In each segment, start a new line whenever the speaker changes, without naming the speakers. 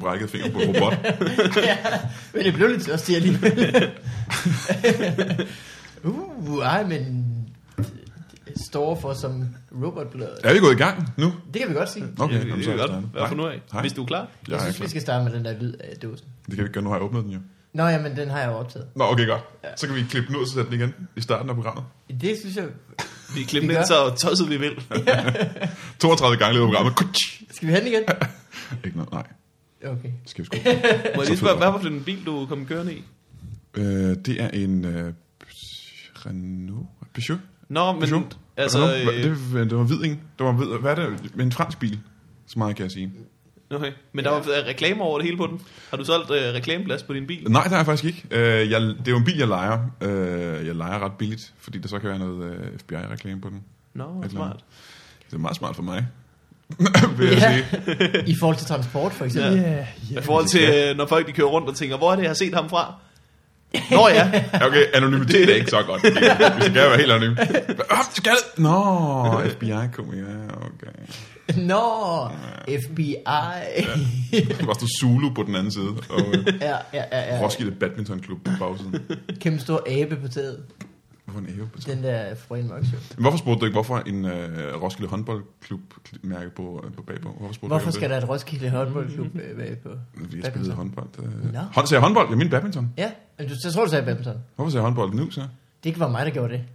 brækkede fingeren på en robot.
ja, men det blev lidt tørstig alligevel. uh, ej, men det står for som robotblad.
er vi gået i gang nu?
Det kan vi godt sige.
Okay,
det,
jamen,
det,
så er
det
jeg
godt
startet.
være for nu af,
Nej.
hvis du er klar.
Jeg
Jeg
er
synes,
klar.
vi skal starte med den der lyd af dåsen.
Det kan vi ikke gøre, nu har jeg åbnet den jo.
Nå ja, men den har jeg jo optaget.
Nå, okay, godt. Så kan vi klippe den ud og sætte den igen i starten af programmet.
Det synes jeg...
Vi klemmer
Vi
den
gør.
så tosset vi vil.
32 gange løber programmet. Kutsch!
Skal vi have den igen?
Ikke noget, nej.
Okay.
Det skal vi sgu.
Må jeg lige spørge, hvad var det for en bil, du kom kørende i?
øh, det er en øh, Renault Peugeot.
Nå, men
Peugeot.
altså...
Renault. Hva-
øh,
det, det var hvid, ikke? Det var hvid. Hvad er det? En fransk bil. Så meget kan jeg sige.
Okay. Men der var øh, reklamer over det hele på den. Har du solgt øh, reklameplads på din bil?
Nej, det har jeg faktisk ikke. Øh, jeg, det er jo en bil, jeg leger. Øh, jeg leger ret billigt, fordi der så kan være noget øh, FBI-reklame på den.
Nå,
Reklame.
smart.
Det er meget smart for mig, vil jeg
Ja.
sige.
I forhold til transport, for eksempel.
Ja. I forhold til, øh, når folk de kører rundt og tænker, hvor er det, jeg har set ham fra? Nå ja,
Ja, Okay, anonymitet er ikke så godt. fordi Vi skal være helt anonym. Hva- Skal det? Nå, FBI kom ja, okay.
Nå, FBI.
Der var stod Zulu på den anden side, og øh,
ja, ja, ja, ja.
Roskilde Badminton Klub på bagsiden.
Kæmpe stor abe på taget.
Hvorfor en æve? på træet?
Den der Frøen Mørk Show.
Hvorfor spurgte du ikke, hvorfor en øh, Roskilde håndboldklub mærke på, øh, på bagpå? Hvorfor, spurgte
Hvorfor
du
skal der et Roskilde håndboldklub øh, bagpå?
Vi har spillet håndbold. Øh.
Nå.
Hånd, sagde jeg håndbold? Jeg mener badminton.
Ja, men du, jeg tror, du sagde badminton.
Hvorfor sagde jeg håndbold nu, så?
Det ikke var mig, der gjorde det.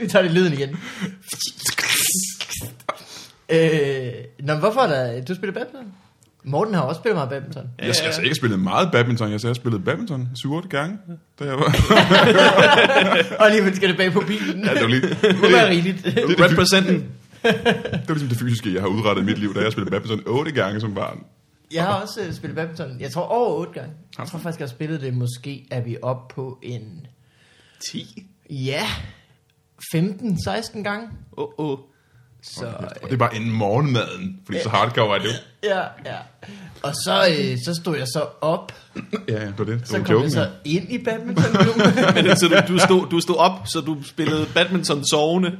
Vi tager det lyden igen. Øh, nå, men hvorfor er der... Du spiller badminton? Morten har også spillet meget badminton.
Ja, jeg skal altså ikke spille meget badminton. Jeg sagde, jeg spillede badminton 7-8 gange, da jeg var...
Og alligevel skal det bag på bilen.
ja, det var lige...
det må være rigeligt.
det-
representen.
Det var ligesom det fysiske, jeg har udrettet i mit liv, da jeg spillede badminton 8 gange som barn.
Jeg har også øh, spillet badminton. Jeg tror over otte gange. Jeg tror faktisk, jeg har spillet det. Måske er vi oppe på en...
10?
Ja, 15-16 gange.
Åh, oh, oh.
Så, øh,
Og det er bare inden morgenmaden, fordi så hardcore er det jo.
ja, ja. Og så, øh, så stod jeg så op.
Ja, ja, det var det. Det
Så
var
kom jeg
joken,
så
ja.
ind i badmintonklubben.
Men, øh, så du, du, stod, du stod op, så du spillede badminton sovende.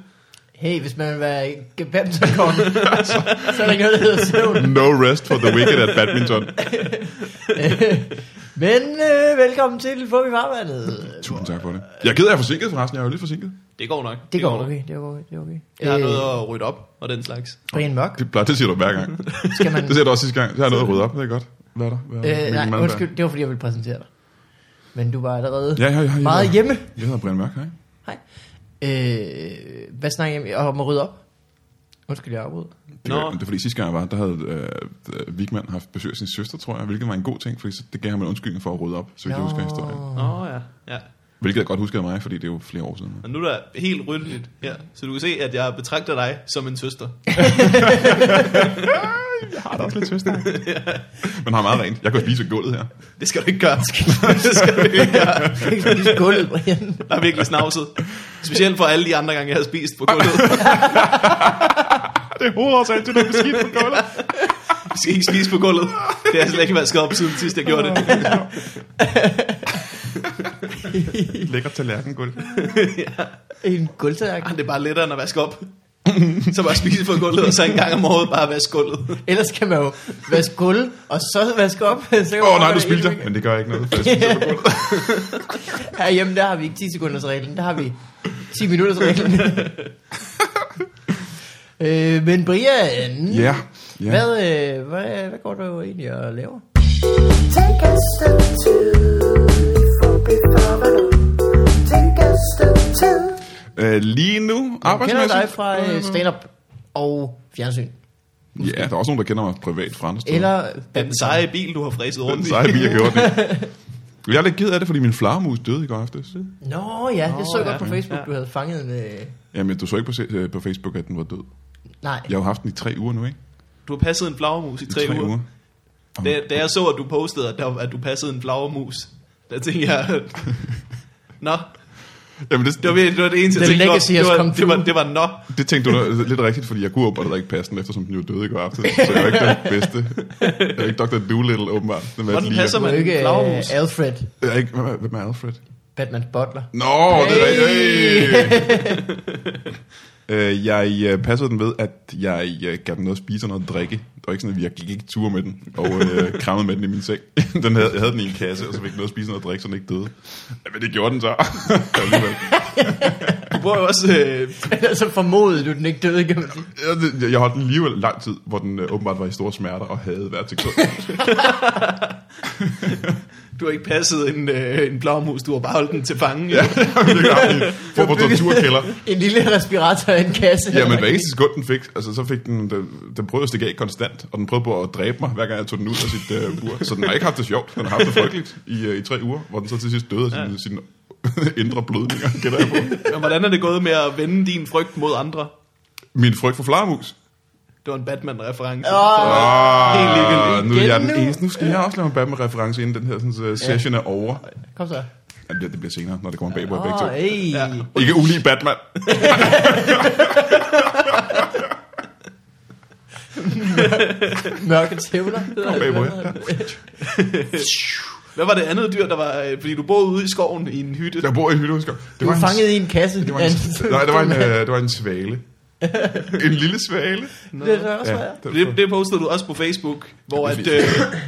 Hey, hvis man vil være ikke badmintonkonge, så er der ikke noget, der hedder søvn.
No rest for the wicked at badminton.
Men øh, velkommen til Få i farvandet.
Tusind tak for det. Jeg er ked af, at jeg er forsinket forresten. Jeg er jo lidt forsinket.
Det går nok.
Det går okay, det går okay, det går okay. Øh,
Jeg har noget at rydde op og den slags.
Brian Mørk,
Det, plejer, det siger du hver gang.
skal man...
Det siger du også sidste gang. Jeg har noget at rydde op. Det er godt. Hvad er der? Hvad er der?
Øh,
Hvilken mand er
nej,
der?
undskyld, det var fordi, jeg ville præsentere dig. Men du var allerede
Ja, ja, ja, ja.
meget hjemme.
Jeg hedder Brian Mørk, hej.
Hej. Øh, hvad snakker jeg om? Om at rydde op? Undskyld, jeg afbryder.
Det,
Nå.
var, det er fordi sidste gang jeg var, der havde øh, Vigman haft besøg af sin søster, tror jeg, hvilket var en god ting, fordi så, det gav ham en undskyldning for at rydde op, så vi kan huske historien.
Åh oh, ja. ja.
Hvilket jeg godt husker af mig, fordi det er jo flere år siden.
Og nu er der helt ryddeligt her, så du kan se, at jeg betragter dig som en søster.
Jeg har da også lidt søster. Men har meget rent. Jeg kan jo spise gulvet her.
Det skal du ikke gøre. det skal du ikke gøre.
Ikke spise gulvet, Brian.
Der er virkelig snavset. Specielt for alle de andre gange, jeg har spist på gulvet.
Det er hovedårsagen til, at det skidt på gulvet.
Jeg skal ikke spise på gulvet. Det har jeg slet ikke vasket op siden sidst, jeg gjorde det.
Lækker tallerken gulv.
En gulvtallerken.
Ej, Det er bare lettere end at vaske op. Så bare spise på gulvet, og så en gang om året bare vaske gulvet.
Ellers kan man jo vaske gulv, og så vaske op. Åh,
Åh oh, nej, du spildte jeg. Men det gør ikke noget. for jeg spiser på gulvet.
Herhjemme, der har vi ikke 10 sekunders reglen, der har vi 10 minutters reglen. øh, men Brian,
Ja. ja.
hvad, øh, hvad, hvad går du egentlig og laver?
Take a step two for before Take a step two.
Øh, lige nu,
Jeg kender
arbejdsmæssigt.
dig fra
Mm-hmm.
øh, stand-up og fjernsyn.
Ja, der er også nogen, der kender mig privat fra andre steder.
Eller
Den seje bil, du har fræset rundt
Den
i.
seje bil, jeg gjorde det. Jeg er lidt ked af det, fordi min flagermus døde i går aftes.
Nå ja, det så jeg
Nå,
godt på
ja.
Facebook,
Ja.
du havde fanget en... Øh,
Jamen, du så ikke på, se- øh, på Facebook, at den var død.
nej,
Jeg har jo haft den i tre uger nu, ikke?
Du har passet en flagermus i tre, uger. uger. Da, da jeg så, at du postede, at, der, at du passede en flagermus, der tænkte jeg... at- Nå,
Jamen, det,
det var,
det,
virkelig- det var det eneste, jeg
The
tænkte.
legacy
det,
has
var, det,
come
var, det, var,
true.
det var nå.
det tænkte du da lidt rigtigt, fordi jeg kunne åbenbart heller ikke passe den, eftersom den jo døde i går aftes. Så jeg er jo ikke den bedste. Jeg er ikke Dr. Doolittle, åbenbart. Den
Hvordan passer
du
man
er ikke
en
øh,
flagermus?
Alfred,
Jeg er ikke, hvem, er, hvem er Alfred?
Batmans butler.
Nå, det er rigtigt. Hey! Øh, jeg øh, passede den ved, at jeg øh, gav den noget at spise og noget at drikke. Det var ikke sådan, at jeg gik ikke tur med den og øh, krammede med den i min seng. den havde, jeg havde den i en kasse, og så fik den noget at spise og noget at drikke, så den ikke døde. Ja, men det gjorde den så. Alligevel.
Du bruger jo også... Øh,
altså formodede du den ikke døde, kan man sige.
jeg, det- jeg holdt den i live lang tid, hvor den øh, åbenbart var i store smerter og havde været til kød.
du har ikke passet en, øh, en blåmus, du har bare holdt den til fange.
ja, det var en form for torturkælder.
En lille respirator i en kasse.
Jamen hver eneste sekund den fik, altså så fik den, den, den prøvede at stikke af konstant, og den prøvede på at dræbe mig, hver gang jeg tog den ud af sit øh, bur. Så den har ikke haft det sjovt, den har haft det frygteligt i, øh, i tre uger, hvor den så til sidst døde af sine, ja. sine indre blødninger, gætter jeg på.
Men hvordan er det gået med at vende din frygt mod andre?
Min frygt for flagermus.
Det var en Batman-reference.
Åh.
Ah,
helt ligegyldigt.
nu er jeg
Igen
den
nu?
eneste. Nu skal jeg også lave en Batman-reference, inden den her sådan, uh, session er over.
Kom så.
Jamen, det, det bliver senere, når det kommer bag på jer begge
Åh,
to.
ey.
Ja.
Ikke ulig Batman.
Mørke tævler.
Kom bag på jer.
Hvad var det andet dyr, der var... øh, Fordi du boede ude i skoven i en hytte.
Jeg bor i en hytte, husker. jeg. Det
Du er
en-
fanget i en kasse.
det var en, nej, det var en, øh, det var en svale. En lille svale.
Det er der også, hvad er.
det,
Det, det postede du også på Facebook, hvor,
Ja,
at,
det
øh,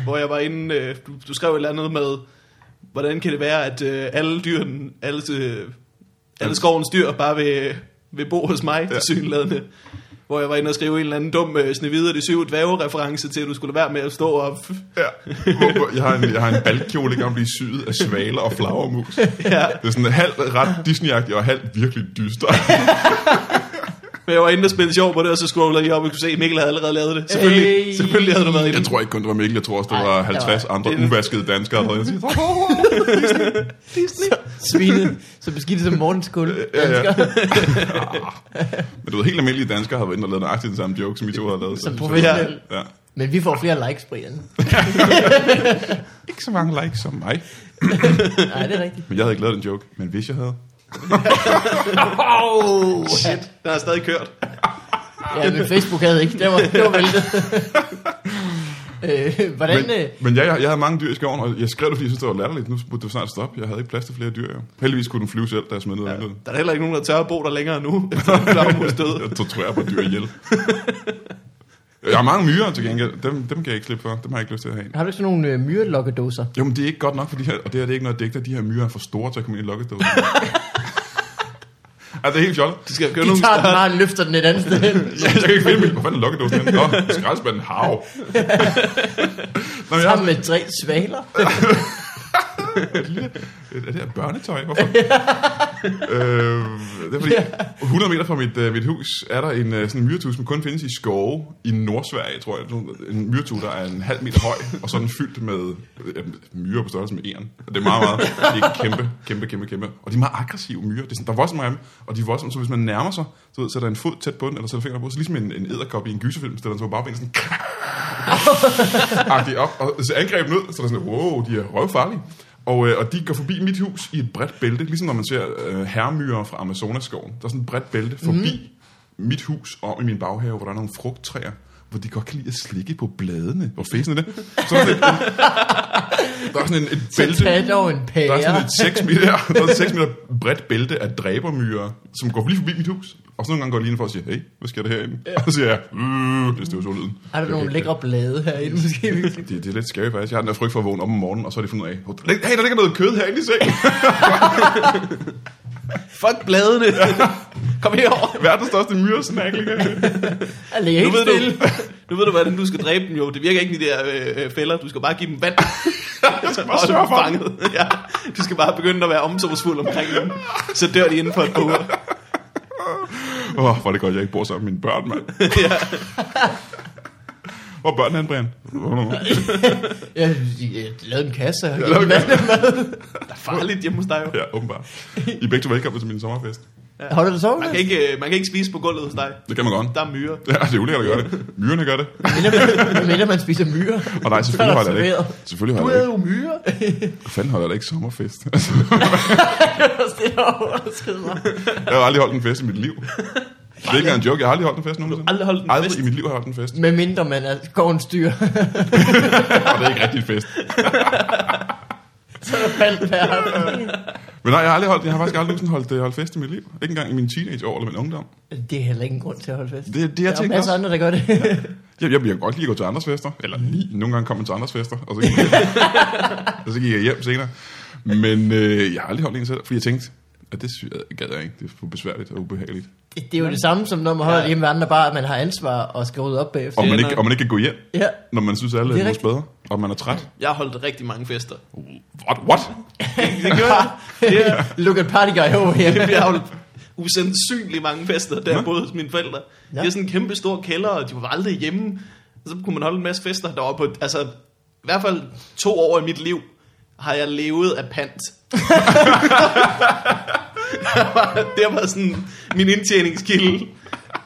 hvor jeg var inde, øh, du, du skrev et eller andet med, hvordan kan det være, at øh, alle dyrene, alle, øh, alle skovens dyr bare vil, vil bo hos mig, ja. synlædende. Hvor jeg var inde og skrive en eller anden dum øh, Snevide og de syv dvæve-reference til, at du skulle lade være med at stå og...
Ja. Hvor- hvor- Jeg har en, jeg har en balkkjole, der kan blive syet af svaler og flagermus.
Ja,
Det er sådan halvt ret disney og halvt virkelig dyster.
men jeg var inde og spille sjov på det, og så scrollede jeg op og kunne se, at Mikkel havde allerede lavet det. Selvfølgelig,
Hey.
selvfølgelig havde du været inde.
Jeg tror ikke kun, det var Mikkel. Jeg tror også, der var
Ej,
50
der var-
andre
det er-
uvaskede danskere, der havde sagt,
Så, svinet, så beskidt som morgenskuld.
ja, ja.
Dansker.
Men du ved, helt almindelige danskere havde været inde og lavet nøjagtigt den samme joke, som I to havde lavet.
Som
Så-
professionel.
Ja.
Men vi får flere likes, Brian.
Ikke så mange likes som mig.
Nej, det er rigtigt.
Men jeg havde ikke lavet den joke. Men hvis jeg havde...
Oh,
Shit, der er stadig kørt.
Ja, men Facebook havde ikke. Det var, det var væltet. øh, hvordan...
Men,
Men, øh,
men jeg, jeg, jeg havde mange dyr i skoven, og jeg skrev det, fordi jeg synes, det var latterligt. Nu burde det snart stoppe. Jeg havde ikke plads til flere dyr. Jo. Heldigvis kunne den flyve selv, da jeg smed ned ja.
Der er heller ikke nogen, der tør at bo der længere nu, efter Flagermus døde.
Jeg torturerer på dyr ihjel. Jeg har mange myrer til gengæld. Dem, dem kan jeg ikke slippe for. Dem har jeg ikke lyst til at have.
har du ikke sådan nogle øh, myrelokkedåser?
Jo, men det er ikke godt nok for de her, og det her det er ikke noget digter. De her myrer er for store til at komme ind i lokkestået. altså, det er helt fjollet.
De skal købe
De
nogle
tager den
større-
bare og løfter den et andet sted hen.
Jeg kan ikke finde min. Hvor fanden er lokkedåsen henne? Nå, skraldespanden. Hav. Nå, men jeg,
Sammen med tre svaler.
er det her børnetøj? Hvorfor? øh, det er fordi, 100 meter fra mit, øh, mit hus er der en øh, sådan en myretue, som kun findes i skove i Nordsverige, tror jeg. Sådan En myretue, der er en halv meter høj, og sådan fyldt med øh, myrer på størrelse med æren. Og det er meget, meget det er kæmpe, kæmpe, kæmpe, kæmpe. Og de er meget aggressive myrer. Det er sådan, der er voldsomt mange af dem, og de er voldsomme, så hvis man nærmer sig, så ved, sætter en fod tæt på den, eller sætter fingre på, så ligesom en, en æderkop i en gyserfilm, stiller den så på bagbenet sådan, agtig op, og så angreb ned, så er der sådan, wow, de er røvfarlige. Og, øh, og de går forbi mit hus i et bredt bælte, ligesom når man ser øh, herremyrer fra Amazonaskoven. Der er sådan et bredt bælte forbi
Mhm.
mm. mit hus og om i min baghave, hvor der er nogle frugttræer, hvor de godt kan lide at slikke på bladene. Hvor fæsen er det? Så er der, sådan et, der er sådan en, et
Så
bælte.
tag dog en
Der er sådan
pære.
et 6 meter, der er et 6 meter bredt bælte af dræbermyrer, som går lige forbi mit hus. Og så nogle gange går de lige indenfor og siger, hey, hvad sker der herinde? Og så siger jeg, øh, det er støvsugerlyden.
Har
Jeg
du
kan
nogle
ikke-
lækre blade herinde, måske? vi kan-
det, det er lidt scary faktisk. Jeg har den der frygt for at vågne op om morgenen, og så er det fundet ud af, hey, der ligger noget kød herinde i sengen.
Fuck bladene. Kom herover.
Verdens største myresnack ligger herinde.
Jeg ligger
Nu
helt
ved, du,
stille.
nu ved du, hvordan du skal dræbe dem jo. Det virker ikke i de der øh, øh, fælder. Du skal bare give dem vand. Jeg skal
bare sørge for dem.
Ja. Du skal bare begynde at være omsorgsfuld omkring dem. Så dør de inden for et par uger.
Åh, oh, hvor er det godt, jeg ikke bor sammen med mine børn, mand.
Ja.
Hvor er børnene hen, Brian?
Jeg, jeg lavede en kasse. og-
lavede en kasse.
Farligt hjemme hos dig jo.
ja, åbenbart. I er begge to velkommen til min sommerfest.
Har du det sovet?
Man kan, ikke, øh, man kan ikke spise på gulvet hos dig.
Det kan man godt.
Der er myrer.
Ja, det er ulækkert at gøre det. Myrerne gør det.
Hvad mindre man spiser myrer?
Og nej,
Så er
selvfølgelig
der
holder jeg det ikke.
serveret.
Selvfølgelig
Du
holder jeg
er
det
jo myrer.
ikke. Fanden holder jeg da ikke sommerfest. Altså,
det er over, der skrider mig.
jeg har aldrig holdt en fest i mit liv. Det er ikke engang en joke. Jeg har aldrig holdt en fest nogensinde.
Aldrig holdt en
Aldrig
fest.
i mit liv har jeg holdt en fest.
Med mindre man er gårdens dyr,
Og det er ikke rigtig en fest.
så er der valgt hver aften.
Men nej, jeg har, aldrig holdt, jeg har faktisk aldrig nogensinde holdt, øh, holdt fest i mit liv. Ikke engang i mine teenageår eller min ungdom.
Det er heller ingen grund til at holde fest.
Det- det har jeg
der er
tænkt
masser af
også.
andre, der gør det.
Jeg, jeg, jeg kan godt lide at gå til andres fester. Eller
Mhm.
lige, nogle gange kommer jeg til andres fester, og så gik jeg, og så gik jeg hjem senere. Men øh, jeg har aldrig holdt en selv, fordi jeg tænkte, at det sy- øh, gad jeg ikke. Det er for besværligt og ubehageligt.
det, det er jo det samme, som når man holder
Ja.
ja. hjemme ved andre, bare at man har ansvar og skal rydde op bagefter.
Og man,
nok.
ikke, og man ikke kan gå hjem,
Ja.
når man synes, at alle
Det
er vores
er rigtigt.
bedre, og man er træt.
Jeg har holdt rigtig mange fester.
What? What?
Det gør jeg. Det er,
Look at party guy over here.
jeg har holdt usandsynligt mange fester, der boede hos mine forældre. Ja.
Ja.
De havde sådan en kæmpe stor kælder, og de var aldrig hjemme. Og så kunne man holde en masse fester deroppe. på- Altså, i hvert fald to år i mit liv har jeg levet af pant. Det var- det var sådan min indtjeningskilde.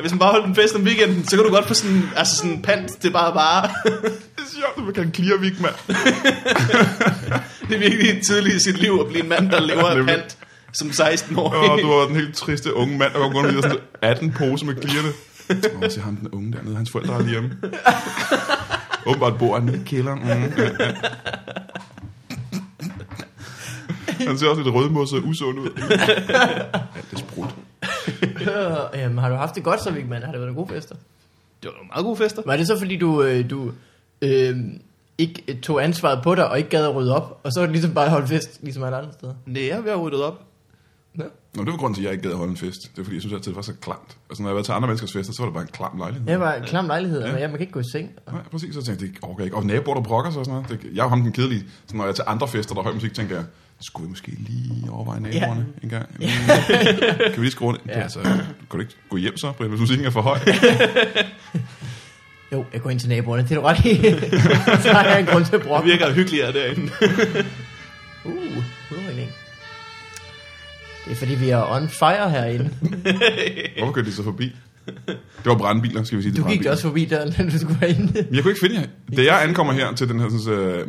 Hvis man bare holdt en fest om weekenden, så kan du godt få sådan, altså sådan pant til bare bare.
Det er sjovt, at man kan clear week, mand.
Det er virkelig tidligt i sit liv at blive en mand, der lever af
Nemlig.
pant som 16-årig.
Og du var den helt triste unge mand, der var rundt med sådan 18 pose med klirte. Og så ham den unge dernede, hans forældre er lige hjemme. Åbenbart bor han nede i kælderen. Mm, ja, ja. Han ser også lidt rødmosset og usund ud. Alt er sprudt.
Øh, Jamen, har du haft det godt så, Vigman? Har det været en god fester?
Det var nogle meget gode fester.
Var det så, fordi du, øh, du øh, ikke øh, tog ansvaret på dig, og ikke gad at rydde op, og så var det ligesom bare holdt fest, ligesom alle andre steder?
Nej, jeg har ryddet op.
Ja.
Nå, det var grunden til, at jeg ikke gad at holde en fest. Det er fordi, jeg synes altid, det var så klamt. Altså, når jeg var til andre menneskers fester, så var det bare en klam lejlighed.
Det var en klam lejlighed,
Ja.
og ja, man kan ikke gå i seng.
Nej, præcis. Så tænkte jeg, det orker jeg ikke. Og naboer, der brokker sig og sådan noget. Det, jeg er jo ham den kedelige. Så når jeg er til andre fester, der er høj musik, tænker jeg, skulle jeg måske lige overveje naboerne ja. en gang? Lige- kan vi lige skrue ned? Ja.
Ja.
Altså, kan du ikke gå hjem så, Brian, hvis musikken er for høj?
Jo, jeg går ind til naboerne, det er du ret i. så har jeg en grund til at
Det
brokke.
virker hyggeligere derinde.
Uh, udrykning. Det er fordi, vi er on fire herinde.
Hvorfor kørte de så forbi? Det var brandbiler, skal vi sige. det
Du
var
gik
brandbiler.
også forbi døren, da du skulle herinde.
Men jeg kunne ikke finde jer. Da jeg ankommer her til den her sådan, øh,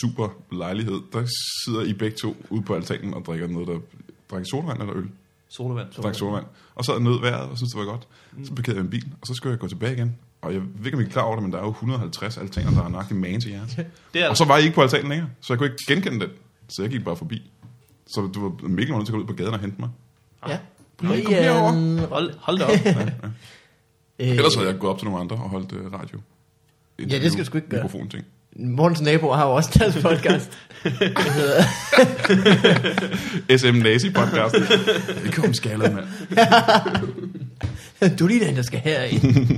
super lejlighed, der sidder I begge to ude på altanen og drikker noget, der drikker solvand eller øl.
Solvand.
drak solvand. Og så nød vejret og syntes, det var godt.
Mm.
Så parkerede jeg min bil, og så skulle jeg gå tilbage igen. Og jeg ved ikke, om I er klar over det, men der er jo 150 altaner, der har nøjagtig magen til jeres.
Det er
Og så var I ikke på altanen længere, så jeg kunne ikke genkende den. Så jeg gik bare forbi. Så du var Mikkel var nødt til at gå ud på gaden og hente mig.
Ja.
Brian, kom herover.
Hold, hold da op.
Øh,
Ellers havde jeg gået op til nogle andre og holdt øh, radio. Interview,
det skal du sgu ikke gøre.
Mikrofon ting.
Morgens naboer har jo også deres podcast. Det hedder-
SM Nazi podcast. Velkommen skaldet, mand.
du er lige den, der skal herind.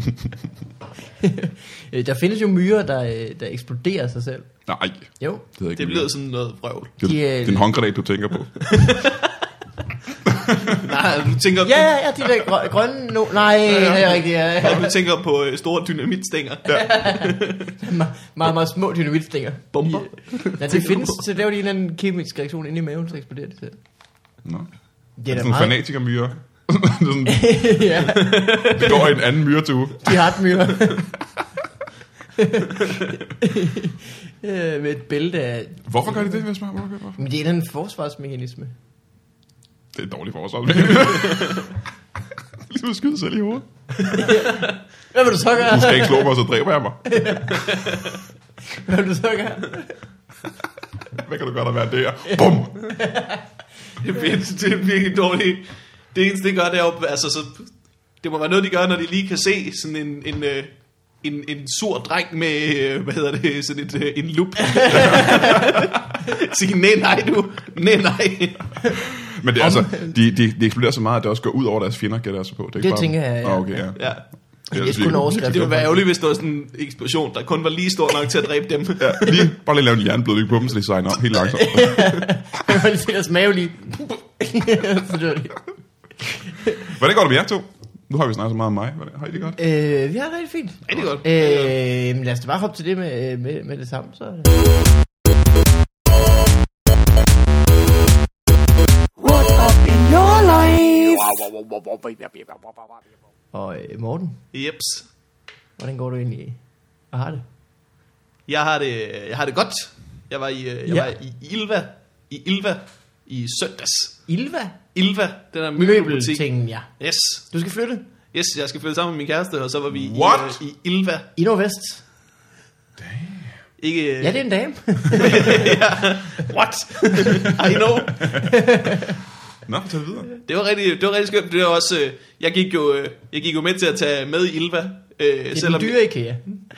Øh, der findes jo myrer, der, øh, der eksploderer sig selv.
Nej,
Jo.
det hedder ikke
Det
Mikkel.
lyder sådan noget vrøvl.
det,
De,
er-
øh,
det er en håndgranat, du tænker på.
Nej, du tænker,
Ja, ja, ja, de der grø- grønne... No nej, det er rigtigt. Ja, ja.
du tænker på øh, store dynamitstænger.
Me- meget, meget små dynamitstinger.
Bomber.
I- Ja, det findes. Så laver de en eller anden kemisk reaktion inde i maven, så eksploderer det selv.
Nå.
Det er da
Sådan en
meget...
fanatikermyre. sådan,
ja,
det går i en anden myretue.
de har myrer. Øh, med et bælte af...
Hvorfor gør de det, hvis man Hvorfor? hvorfor?
Men det er en eller anden forsvarsmekanisme.
Det er et dårligt forsvar. ligesom at skyde selv i hovedet.
Hvad vil du så
Du skal
gøre?
ikke slå mig, så dræber jeg mig.
Hvad vil du så gøre?
Hvad kan du gøre, der være der? Bum!
Det er, virkelig- det er virkelig dårligt. Det eneste, det gør, det er jo, altså, så, det må være noget, de gør, når de lige kan se sådan en, en, øh, en, en sur dreng med, øh, hvad hedder det, sådan et, øh, en lup. Sige, nej, nej, du, nej, nej.
Men det er altså, de, de, de eksploderer så meget, at det også går ud over deres fjender, gætter jeg så på. Det, er ikke
Det
bare
tænker
dem.
jeg, ja.
Nå, okay, ja. altså
Ja.
Ellers
Det er sgu
vi-
en overskrift.
Det ville være ærgerligt, hvis der var sådan en eksplosion, der kun var lige stor nok til at dræbe dem.
Ja, lige, bare lige lave en jernblødning på dem, så de signer op helt langsomt.
Jeg vil se deres mave lige... så dør de.
Hvordan går det med jer to? Nu har vi snakket så meget om mig. Hvordan, har I det godt?
Øh, vi har det rigtig fint.
Rigtig godt.
Øh, men lad os da bare hoppe til det med, øh, med, med det samme. Så.
What up in your life?
Og øh, Morten,
Jeps.
hvordan går du egentlig? Hvad har det?
Jeg har det, jeg har det godt. Jeg var i, øh, jeg
Ja.
var i Ilva, i Ilva i søndags.
Ilva?
Ilva, den der møbelbutik.
Møbeltingen, ja.
Yes.
Du skal flytte.
Yes, jeg øh, skal flytte sammen med min kæreste, og så var vi i,
What?
øh, i Ilva.
I Nordvest.
Ikke, øh,
Ja, det er en dame.
What? I know.
Nå, fortæl videre.
Det var rigtig, det var rigtig skønt. Det var også, øh, jeg, gik jo, øh, jeg gik jo med til at tage med i Ilva. Øh,
Det er den dyre IKEA.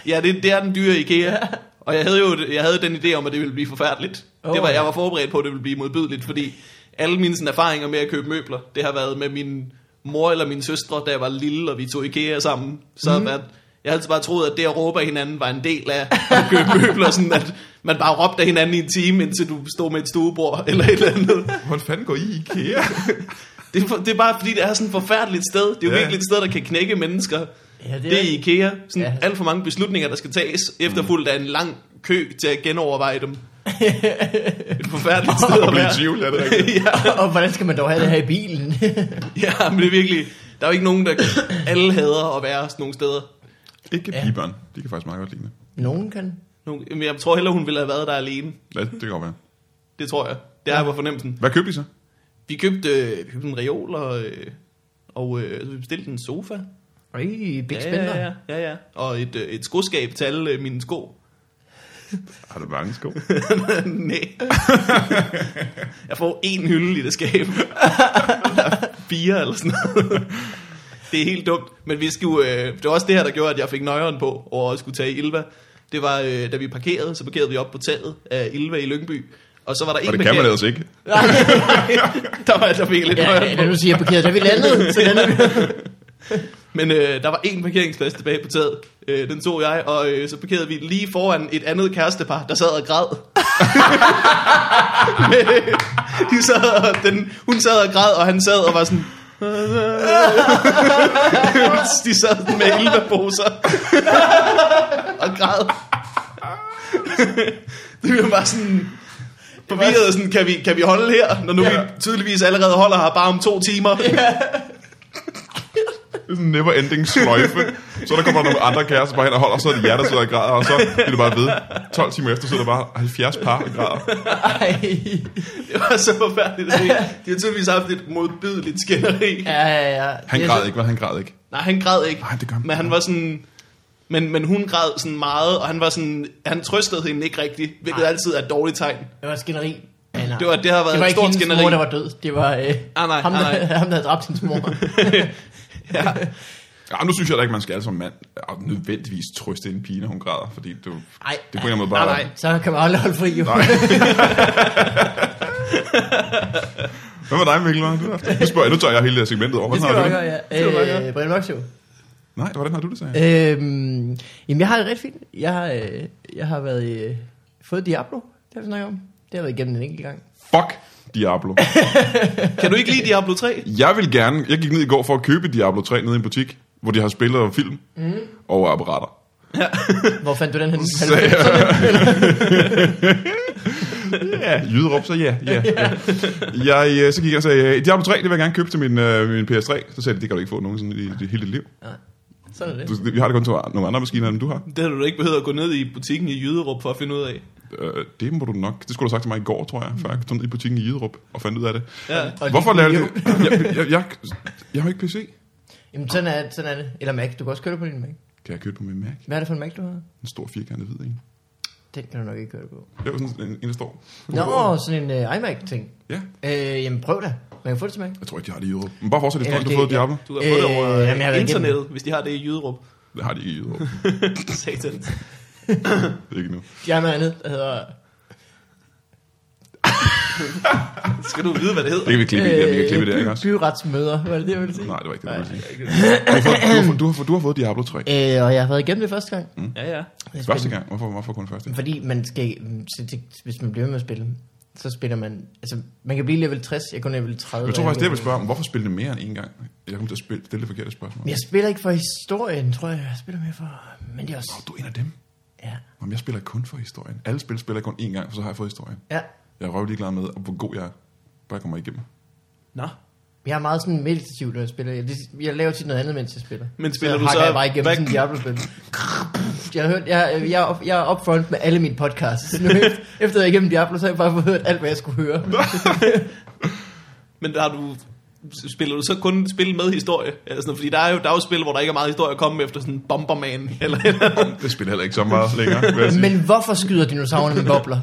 Ja, det, det er den dyre IKEA. Og jeg havde jo et- jeg havde den idé om, at det ville blive forfærdeligt. Oh,
Åh,
det var,
ja.
jeg var forberedt på, at det ville blive modbydeligt, fordi alle mine sådan, erfaringer med at købe møbler, det har været med min mor eller mine søstre, da jeg var lille, og vi tog IKEA sammen. Så
Mhm.
mm. at, jeg havde altid bare troet, at det at råbe af hinanden var en del af at købe møbler, sådan at man bare råbte af hinanden i en time, indtil du stod med et stuebord eller et eller andet.
Hvordan fanden går I i IKEA?
Det er, for, det er bare fordi, det er sådan et forfærdeligt sted. Det er jo
Ja.
ja. virkelig et sted, der kan knække mennesker.
Ja, det
det er
er-
IKEA. Sådan ja.
Ja.
Alt for mange beslutninger, der skal tages, efterfulgt af en lang kø til at genoverveje dem. et forfærdeligt sted
Og
at
blive i
være.
tvivl, ja, det er rigtigt.
ja,
Og hvordan skal man dog have det her i bilen?
ja, men det er virkelig... Der er jo ikke nogen, der... Alle hader at være sådan nogle steder.
Ikke ja. piberen. De kan faktisk meget godt lide det.
Nogen kan.
Nogle- Men jeg tror hellere, hun ville have været der alene.
Ja, det kan godt være.
Det tror jeg. Det er på fornemmelsen.
Hvad købte I så?
Vi købte, øh, vi købte en reol og... Øh, og øh, vi bestilte en sofa.
Ej, big
Ja,
spender.
ja, ja, ja, ja. Og et, øh, et skoskab til alle øh, mine sko.
Har du mange sko?
Nej. jeg får en hylde i det skab. Fire eller sådan noget. Det er helt dumt. Men vi skulle, øh, det var også det her, der gjorde, at jeg fik nøjeren på over at skulle tage Ilva. Det var, øh, da vi parkerede, så parkerede vi op på taget af Ilva i Lyngby. Og så var der en
Og det kan man ellers ikke.
der var der fik jeg lidt
Ja,
nøjeren på.
ja, nu siger jeg parkeret, da vi landede. Så landede vi.
Men øh, der var en parkeringsplads tilbage på taget. Øh, den tog jeg, og øh, så parkerede vi lige foran et andet kærestepar, der sad og græd. øh, De sad, og den, hun sad og græd, og han sad og var sådan... De sad sådan med elveposer og græd. Det var bare sådan... Forvirret, sådan, kan vi, kan vi holde her, når nu ja. vi tydeligvis allerede holder her bare om to timer?
Det er sådan en never ending sløjfe. Så der kommer der nogle andre kærester bare hen og holder, og så er det jer, der sidder og græder, og så bliver det bare ved. 12 timer efter sidder der bare 70 par og græder.
Ej.
Det var så forfærdeligt at se. De har tydeligvis haft et modbydeligt skænderi. Ja.
Ja, ja, ja.
Han
Det er
græd
så-
ikke, hvad han græd ikke.
Nej, han græd ikke.
Nej, det gør han.
Men han var sådan... Men, men hun græd sådan meget, og han var sådan... Han trøstede hende ikke rigtigt, hvilket
Nej.
altid er et dårligt tegn.
Det var skænderi. Ja, nej.
Det var- det har været
det var
et
ikke
stort
hendes
skænderi.
mor, der var død. Det var øh,
Ah, nej,
ham, der,
ah, nej.
ham, der havde dræbt hendes mor.
Ja.
Ja, nu synes jeg da ikke, man skal altså som mand og nødvendigvis trøste en pige, når hun græder, fordi du,
Ej,
det på en eller anden måde
nej,
bare...
nej.
Så kan man aldrig holde fri, jo.
Nej. Hvad med dig, Mikkel? Hvad har du haft? Nu spørger jeg, nu tager jeg hele segmentet over.
Det
Hvordan
skal
har
du
du
nok gøre,
det?
ja.
skal du nok gøre.
Øh, Brian Mørk Show.
Nej, hvordan har du det, sagde jeg?
Øhm, jamen, jeg har det rigtig fint. Jeg har, øh, jeg har været, øh, fået Diablo, det har vi snakket om. Det har jeg været igennem en enkelt gang.
Fuck Diablo.
Kan du ikke lide Diablo 3?
Jeg vil gerne... Jeg gik ned i går for at købe Diablo 3 nede i en butik, hvor de har spillet og film mm. og apparater.
Hvor fandt du den henne?
Så, ja, Jyderup, så ja, ja, ja. Jeg, øh, så gik jeg og sagde, øh, Diablo 3, det vil jeg gerne købe til min, øh, min PS3. Så sagde de, det kan du ikke få nogensinde i dit hele dit liv.
Sådan er det.
Du, vi har det kun til nogle andre maskiner, end du har.
Det har du da ikke behøvet at gå ned i butikken i Jyderup for at finde ud af.
Øh, det må du nok. Det skulle du have sagt til mig i går, tror jeg, før jeg tog ned i butikken i Jyderup og fandt ud af det.
Ja.
Og
Hvorfor
lige-
laver du det? Jeg, jeg, jeg, jeg har ikke PC.
Jamen, sådan er, sådan er det. Eller Mac. Du kan også køre det på din Mac.
Kan jeg købe det på min Mac?
Hvad er det for en Mac, du har?
En stor firkantet hvid en.
Den kan du nok ikke køre det på.
Det var sådan en, en der står.
Nå, sådan en øh, iMac-ting.
Ja,
Øh, jamen, prøv da. Man kan få det til Mac.
jeg tror ikke, de har det i Jyderup. Men bare fortsæt
Ja,
historien, du
det-
har fået
ja.
Diablo.
Du kan få det
Øh,
over
jamen, jeg har
øh,
været
internettet, hvis de har det i Jyderup.
Det har de ikke i Jyderup.
Satan.
Det er ikke nu.
Jeg har noget andet, der hedder...
Skal du vide, hvad
Det
det hedder?
kan vi klippe øh, i, ja, vi kan klippe det, ikke også?
by, byretsmøder, var det det, jeg ville sige?
Nej, det var ikke det, du ville sige. Du har fået, du har fået, du har fået, du har fået Diablo 3.
Øh, og jeg har været igennem det første gang. Mm.
Ja, ja.
Første gang. Hvorfor, hvorfor kun første?
Fordi man skal, så det- hvis man bliver ved med at spille, så spiller man, altså man kan blive level 60, jeg er kun level 30.
Jeg tror faktisk, det jeg vil spørge om, hvorfor spille det mere end en gang? Jeg kom til at spille, stille det forkerte spørgsmål.
Men jeg spiller ikke for historien, tror jeg, jeg spiller mere for, men det er også,
Du er en af dem.
ja,
Om jeg spiller kun for historien. Alle spil spiller jeg kun én gang, for så har jeg fået historien.
ja.
Jeg er røvlig glad med, hvor god jeg er. Bare jeg kommer igennem.
Nå.
Jeg er meget sådan meditativ, når jeg spiller. Jeg, jeg laver tit noget andet, mens jeg spiller.
Men spiller
så
du
hakker
så
Jeg bare igennem
back-
sådan en Diablo-spil. Jeg, har hørt, jeg, jeg, er op, jeg er upfront med alle mine podcasts. Nu, efter, efter jeg er igennem Diablo, så har jeg bare fået hørt alt, hvad jeg skulle høre.
Men har du... spiller du så kun spil med historie? Eller sådan, fordi der er, jo, der er jo spil, hvor der ikke er meget historie at komme efter, sådan Bomberman eller, eller andet.
Det spiller heller ikke så meget længere, vil jeg sige.
Men hvorfor skyder dinosaurerne med bobler?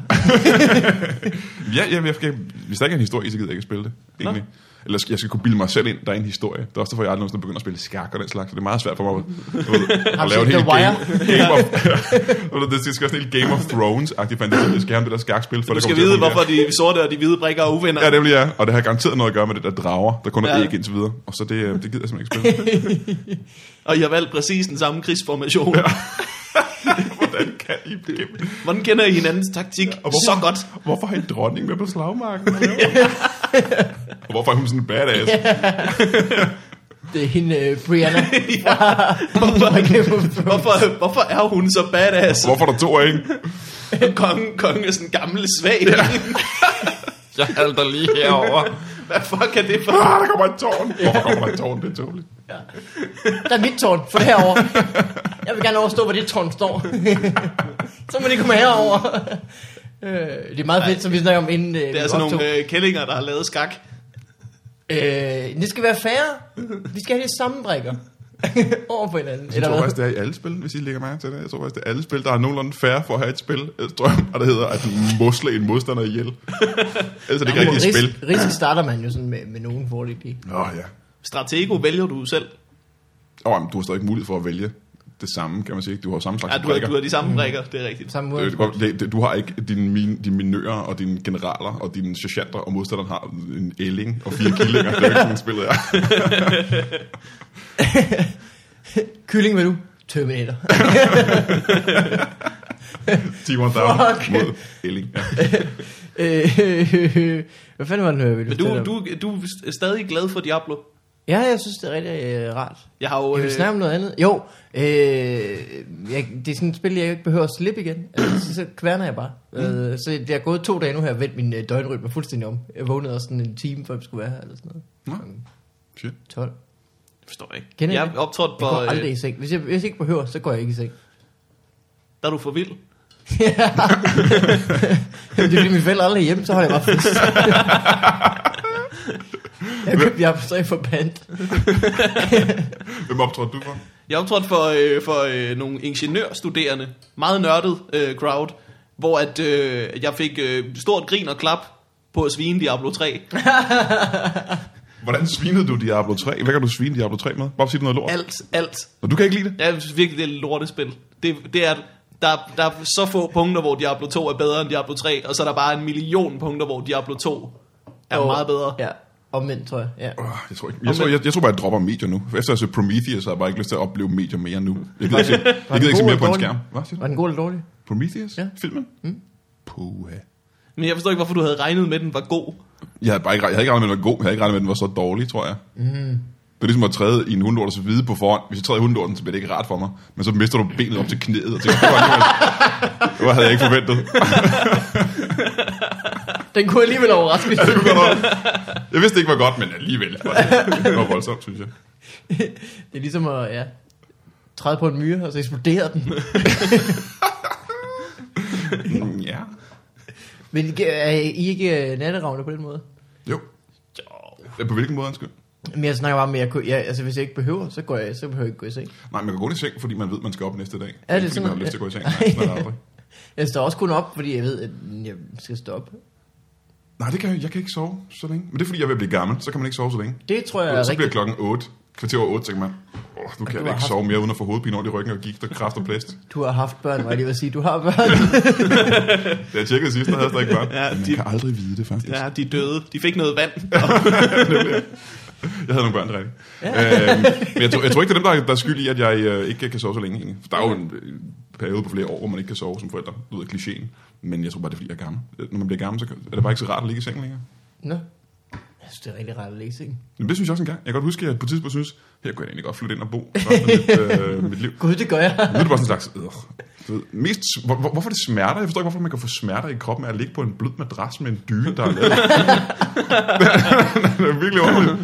Ja, ja, jeg skal, hvis der ikke er en historie, i, så gider jeg ikke spille det. Egentlig. Eller skal- jeg skal kunne bilde mig selv ind, der er en historie. Det er også derfor, jeg aldrig nogensinde begynder at spille skak og den slags. så Det er meget svært for mig at, at, at
Har du
lave en
set
hel
The
game, game of, Ved du, det skal også en hel Game of Thrones-agtig fantasi. Jeg skal have om det der skakspil, for
Du
det kommer
skal
til at
vide,
fungere.
hvorfor de sorte og de hvide brikker er uvenner.
Ja, det vil jeg. Og det har garanteret noget at gøre med det der drager, der kun er
Ja.
ja. æg indtil videre. Og så det, øh, det gider jeg simpelthen ikke spille.
Og I har valgt præcis den samme krigsformation.
Hvordan kan I begemme det?
Hvordan kender I hinandens taktik
Og
så godt?
Hvorfor har I dronning med på slagmarken? og hvorfor er hun sådan en badass?
det er hende, øh, Brianna.
Hvorfor,
Game of Thrones.
hvorfor, hvorfor er hun så badass?
Hvorfor er der to af hende?
Kongen, kongen er sådan en gammel svag. Ja.
Jeg halter lige herover.
Hvad fuck er det for?
Ah, der kommer et tårn. Hvorfor kommer der et tårn? Det er tårligt.
Der er mit tårn, for herover. Jeg vil gerne overstå, hvor dit tårn står. så må de komme herover. Øh, det er meget fedt, som vi snakker om inden øh,
Det er sådan nogle øh, kællinger, der har lavet skak.
Øh, det skal være færre. Vi skal have de samme brikker. over på hinanden.
Jeg
Eller
tror
hvad?
faktisk, det er i alle spil, hvis I lægger mærke til det. Jeg tror faktisk, det er alle spil, der er nogenlunde færre for at have et spil. Jeg tror, og det hedder at mosle en modstander ihjel. Ellers er det ikke rigtigt et spil.
Risk, risk starter man jo sådan med, med nogen fordel i.
Nå ja.
Stratego vælger du selv.
Og jamen, du har stadig ikke mulighed for at vælge det samme, kan man sige. ikke? Du har jo samme slags
Ja, du, har,
brikker. Mm.
du har de samme rækker, det er rigtigt.
Samme
Det er
måde.
jo godt, det- det- Du har ikke dine, min, dine minører og dine generaler og dine sergeanter, og modstanderen har en elling og fire killinger. det er jo ikke sådan, spillet er.
Kylling, vil du? Terminator.
T-1000
Fuck.
mod elling. Ja.
Øh, Hvad fanden var den, øh, vil du,
Men
fortælle
du,
om?
du, du er stadig glad for Diablo.
Ja, jeg synes, det er rigtig øh, rart.
Jeg har jo...
Jeg vil snakke om noget andet. Jo, øh, jeg, det er sådan et spil, jeg ikke behøver at slippe igen. Altså, så, så kværner jeg bare. Øh, så jeg har gået to dage nu her og vendt min øh, døgnrytme fuldstændig om. Jeg vågnede også sådan en time, før jeg skulle være her, eller sådan noget.
Nå,
Klokken
shit.
12.
øh, forstår jeg ikke.
Kender I
Jeg
det?
optrådte
Jeg
for...
går
øh,
aldrig i seng. Hvis jeg, hvis jeg ikke behøver, så går jeg ikke i seng.
Der er du for vild.
Ja. det bliver min forældre aldrig hjemme, så holder jeg bare fest. jeg købte jeg på for pant.
Hvem optrådte du for?
Jeg optrådte for, øh, for øh, nogle ingeniørstuderende, meget nørdet øh, crowd, hvor at, øh, jeg fik øh, stort grin og klap på at svine Diablo 3.
Hvordan svinede du Diablo 3? Hvad kan du svine Diablo 3 med? Bare sige noget lort.
Alt, alt.
Nå, du kan ikke lide det?
Jeg synes virkelig, det er et lortespil. Det, det er, der, der er så få punkter, hvor Diablo 2 er bedre end Diablo 3, og så er der bare en million punkter, hvor Diablo 2 er
Og-
meget bedre.
Ja, omvendt tror jeg. Ja.
Åh, Jeg tror, ikke. Jeg, tror, jeg, jeg tror bare, jeg dropper medier nu. For Efter at se Prometheus har jeg bare ikke lyst til at opleve medier mere nu. Jeg gider ikke se, jeg gider ikke se
god
mere på en
eller
skærm. Hvad siger du?
Var den god eller dårlig?
Prometheus?
Ja.
Filmen? Mm. Puha.
Men jeg forstår ikke, hvorfor du havde regnet med, at den var god.
Jeg havde, bare ikke, jeg havde ikke regnet med, at den var god. Jeg havde ikke regnet med, at den var så dårlig, tror jeg. Mm. Det er ligesom at træde i en hundelort og så vide på forhånd. Hvis jeg træder i hundelorten, så bliver det ikke rart for mig. Men så mister du benet op til knæet. Og tænker, det, var alligevel- det havde jeg ikke forventet.
Den kunne alligevel overraske.
Ja, det kunne godt nok. Jeg vidste ikke, hvor godt, men alligevel. var Det det var voldsomt, synes jeg.
det er ligesom at ja, træde på en myre, og så eksploderer den.
Mm, ja.
Men er I ikke øh, natteravne på den måde?
Jo. På hvilken måde, undskyld?
Men jeg snakker bare om, at jeg, kunne, ja, altså, hvis jeg ikke behøver, så, går jeg, så behøver jeg ikke gå i seng.
Nej, man kan gå i seng, fordi man ved, man skal op næste dag.
Er det
Ikke fordi
sådan
man har
noget?
lyst til at gå i seng. Nej, sådan er det aldrig.
Jeg står også kun op, fordi jeg ved, at jeg skal stå op.
Nej, det kan jeg, jeg kan ikke sove så længe. Men det er fordi, jeg er ved at blive gammel, så kan man ikke sove så længe.
Det tror jeg
Ja,
er
så bliver
rigtigt.
klokken 8, kvarter over 8, tænker man, åh, nu kan jeg da
har
ikke
haft-
sove mere uden at få hovedpine over i ryggen og gik der kraft og blæst.
Du har haft børn, var jeg lige ved at sige. Du har børn.
Da jeg tjekkede sidst, der havde jeg stadig børn.
Ja,
Ja, de...
de-
Man kan aldrig vide det, faktisk. Ja.
Ja, de døde. De fik noget vand.
Jeg havde nogle børn, det er rigtigt. Øhm, men jeg tror, jeg tror ikke, det er dem, der er, der er skyld i, at jeg øh, ikke kan sove så længe. egentlig. For der er jo en øh, periode på flere år, hvor man ikke kan sove som forældre. Det lyder klichéen. Men jeg tror bare, det er, fordi jeg er gammel. Øh, Når man bliver gammel, så er det bare ikke så rart at ligge i seng længere.
Nå. Jeg synes, det er rigtig rart at læse, ikke?
Men det synes jeg også engang. Jeg kan godt huske, at jeg på et tidspunkt synes, her kunne jeg egentlig godt flytte ind og bo resten af mit, øh, mit liv.
Gud, det gør jeg.
Nu er det bare sådan en slags... Øh, du ved, mest, hvor, hvor- hvorfor det smerter? Jeg forstår ikke, hvorfor man kan få smerter i kroppen af at ligge på en blød madras med en dyne, der er lavet. det er virkelig underligt.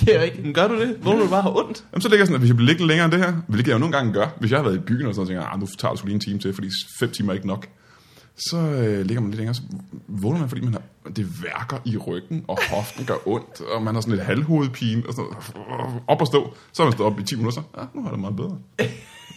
Det er rigtigt.
Men gør du det? Vågner du bare har ondt?
Jamen, så ligger jeg sådan, at hvis jeg bliver liggende længere end det her, hvilket jeg jo nogle gange gør, hvis jeg har været i byen og sådan noget, tænker jeg, "Ah, nu tager det sgu lige en time til, fordi fem timer er ikke nok. Så øh, ligger man lidt længere, så vågner man, fordi man har, det værker i ryggen, og hoften gør ondt, og man har sådan lidt halvhovedpine, og sådan noget. op og stå. Så har man stået op i 10 minutter, så ah, nu har det meget bedre. Det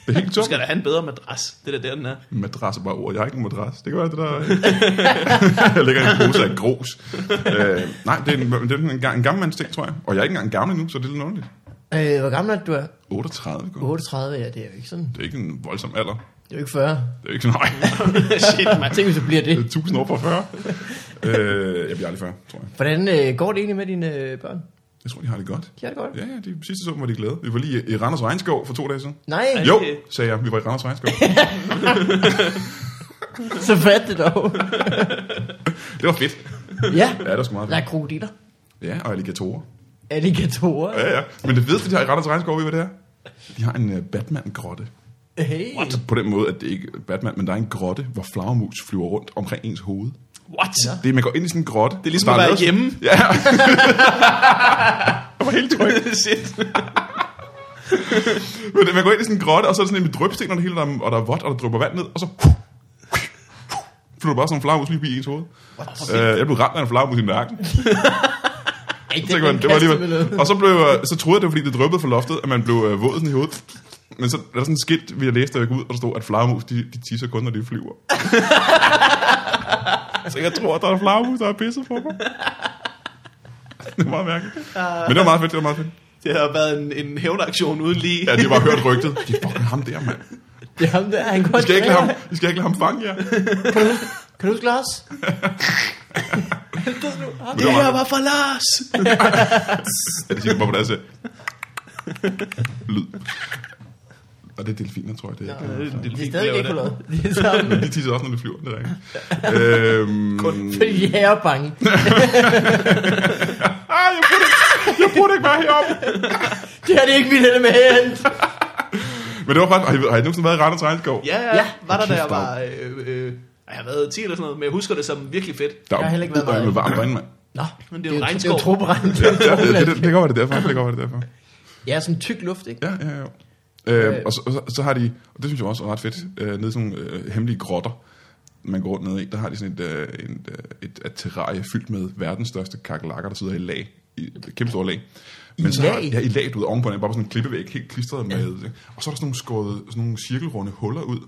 er helt
Du
tungt.
skal da have en bedre madras. Det er da der, den er.
Madras er bare ord. Jeg har ikke en madras. Det kan være, det der... er- jeg ligger i en pose af grus. Øh, nej, det er, en, det er en, ga- en gammel mands ting, tror jeg. Og jeg er ikke engang gammel nu, så det er lidt underligt.
Øh, hvor gammel er det, du er?
38, godt.
38, ja, det er jo ikke sådan.
Det er ikke en voldsom alder.
Det er jo ikke 40.
Det er ikke sådan, nej,
Shit, mand.
Tænk, hvis det bliver det.
det er 1000 år fra 40. øh, jeg bliver aldrig 40, tror jeg.
Hvordan øh, går det egentlig med dine øh, børn?
Jeg tror, de har det godt.
Kan det godt?
Ja, ja, de sidste så dem var de glade. Vi var lige i Randers Regnskov for to dage siden.
Nej,
Jo,
Okay.
sagde jeg. Vi var i Randers Regnskov.
så fat det dog.
Det var fedt.
ja,
Ja, det var sgu meget
der
fedt.
er krogdiller.
Ja, og alligatorer.
Alligatorer.
Ja, ja. Men det fedeste, de har i Randers Regnskov, ved I, hvad det er? De har en øh, Batman-grotte.
Hey.
What? På den måde, at det ikke er Batman, men der er en grotte, hvor flagermus flyver rundt omkring ens hoved.
What? Ja.
Det, er, man går ind i sådan en grotte. Det
er ligesom at være hjemme.
Ja. jeg var helt tryg.
Shit.
Men det- man går ind i sådan en grotte, og så er det sådan en med drøbsten, og det hele, der, er- og der er vådt, og der drypper vand ned, og så flyver bare sådan en flagermus lige i ens hoved. Øh, jeg blev ramt af en flagermus i nakken.
Ej,
Så tænker man, det var alligevel. Og så, blev, øh, så troede jeg, det var fordi, det dryppede fra loftet, at man blev øh, våd sådan i hovedet. Men så er der sådan et skilt, vi har læst, der jeg gik ud, og der stod, at flagermus, de, de tisser kun, når de flyver. så jeg tror, at der er flagermus, der har pisset på mig. Det er meget mærkeligt. Men det var meget fedt, det var meget fedt.
Det har været en, en hævnaktion uden lige.
Ja, de har bare hørt rygtet. Det er fucking ham der, mand.
Det er ham der, han går
I skal ikke lade ham, I skal ikke lade ham fange jer.
Kan du huske Lars?
det var meget-
var for Lars.
Ja, det siger bare på deres øh, lyd. Og det er delfiner, tror jeg. Det er ikke, øh,
det,
Det er stadig ikke noget. Det er samme.
Men de tisser også, når de flyver, det er rigtigt. øhm,
Fordi de er bange.
Ah, jeg burde, ikke, jeg burde ikke være heroppe.
Det har det ikke vildt med herhen.
Men det var faktisk... Har I, har I nogensinde været i Randers Regnskov?
Ja, ja, ja.
Ja.
Var der, da jeg
Kæft,
var... Øh, øh, jeg har været 10 eller sådan noget, men jeg husker det som virkelig fedt.
Der
Jeg har heller ikke været
meget.
meget.
med varmt derinde, mand.
Nå,
Men det er jo
det er
regnskov.
jo troberegn.
Ja, det, det, det, det kan godt være, det er derfor. Det kan godt være, det er derfor.
Ja, sådan tyk luft, ikke?
Ja, ja, ja. Øh, og så, og så, så har de, og det synes jeg også er ret fedt, øh, nede i sådan nogle øh, hemmelige grotter, man går rundt ned i, der har de sådan et, øh, en, øh, et, et terrarie fyldt med verdens største kakelakker, der sidder i lag, i et kæmpe store lag. Men så har,
lag?
ja, i lag, du ved, ovenpå den, bare på sådan en klippevæg, helt klistret med, og så er der sådan nogle, skåret, sådan nogle cirkelrunde huller ud.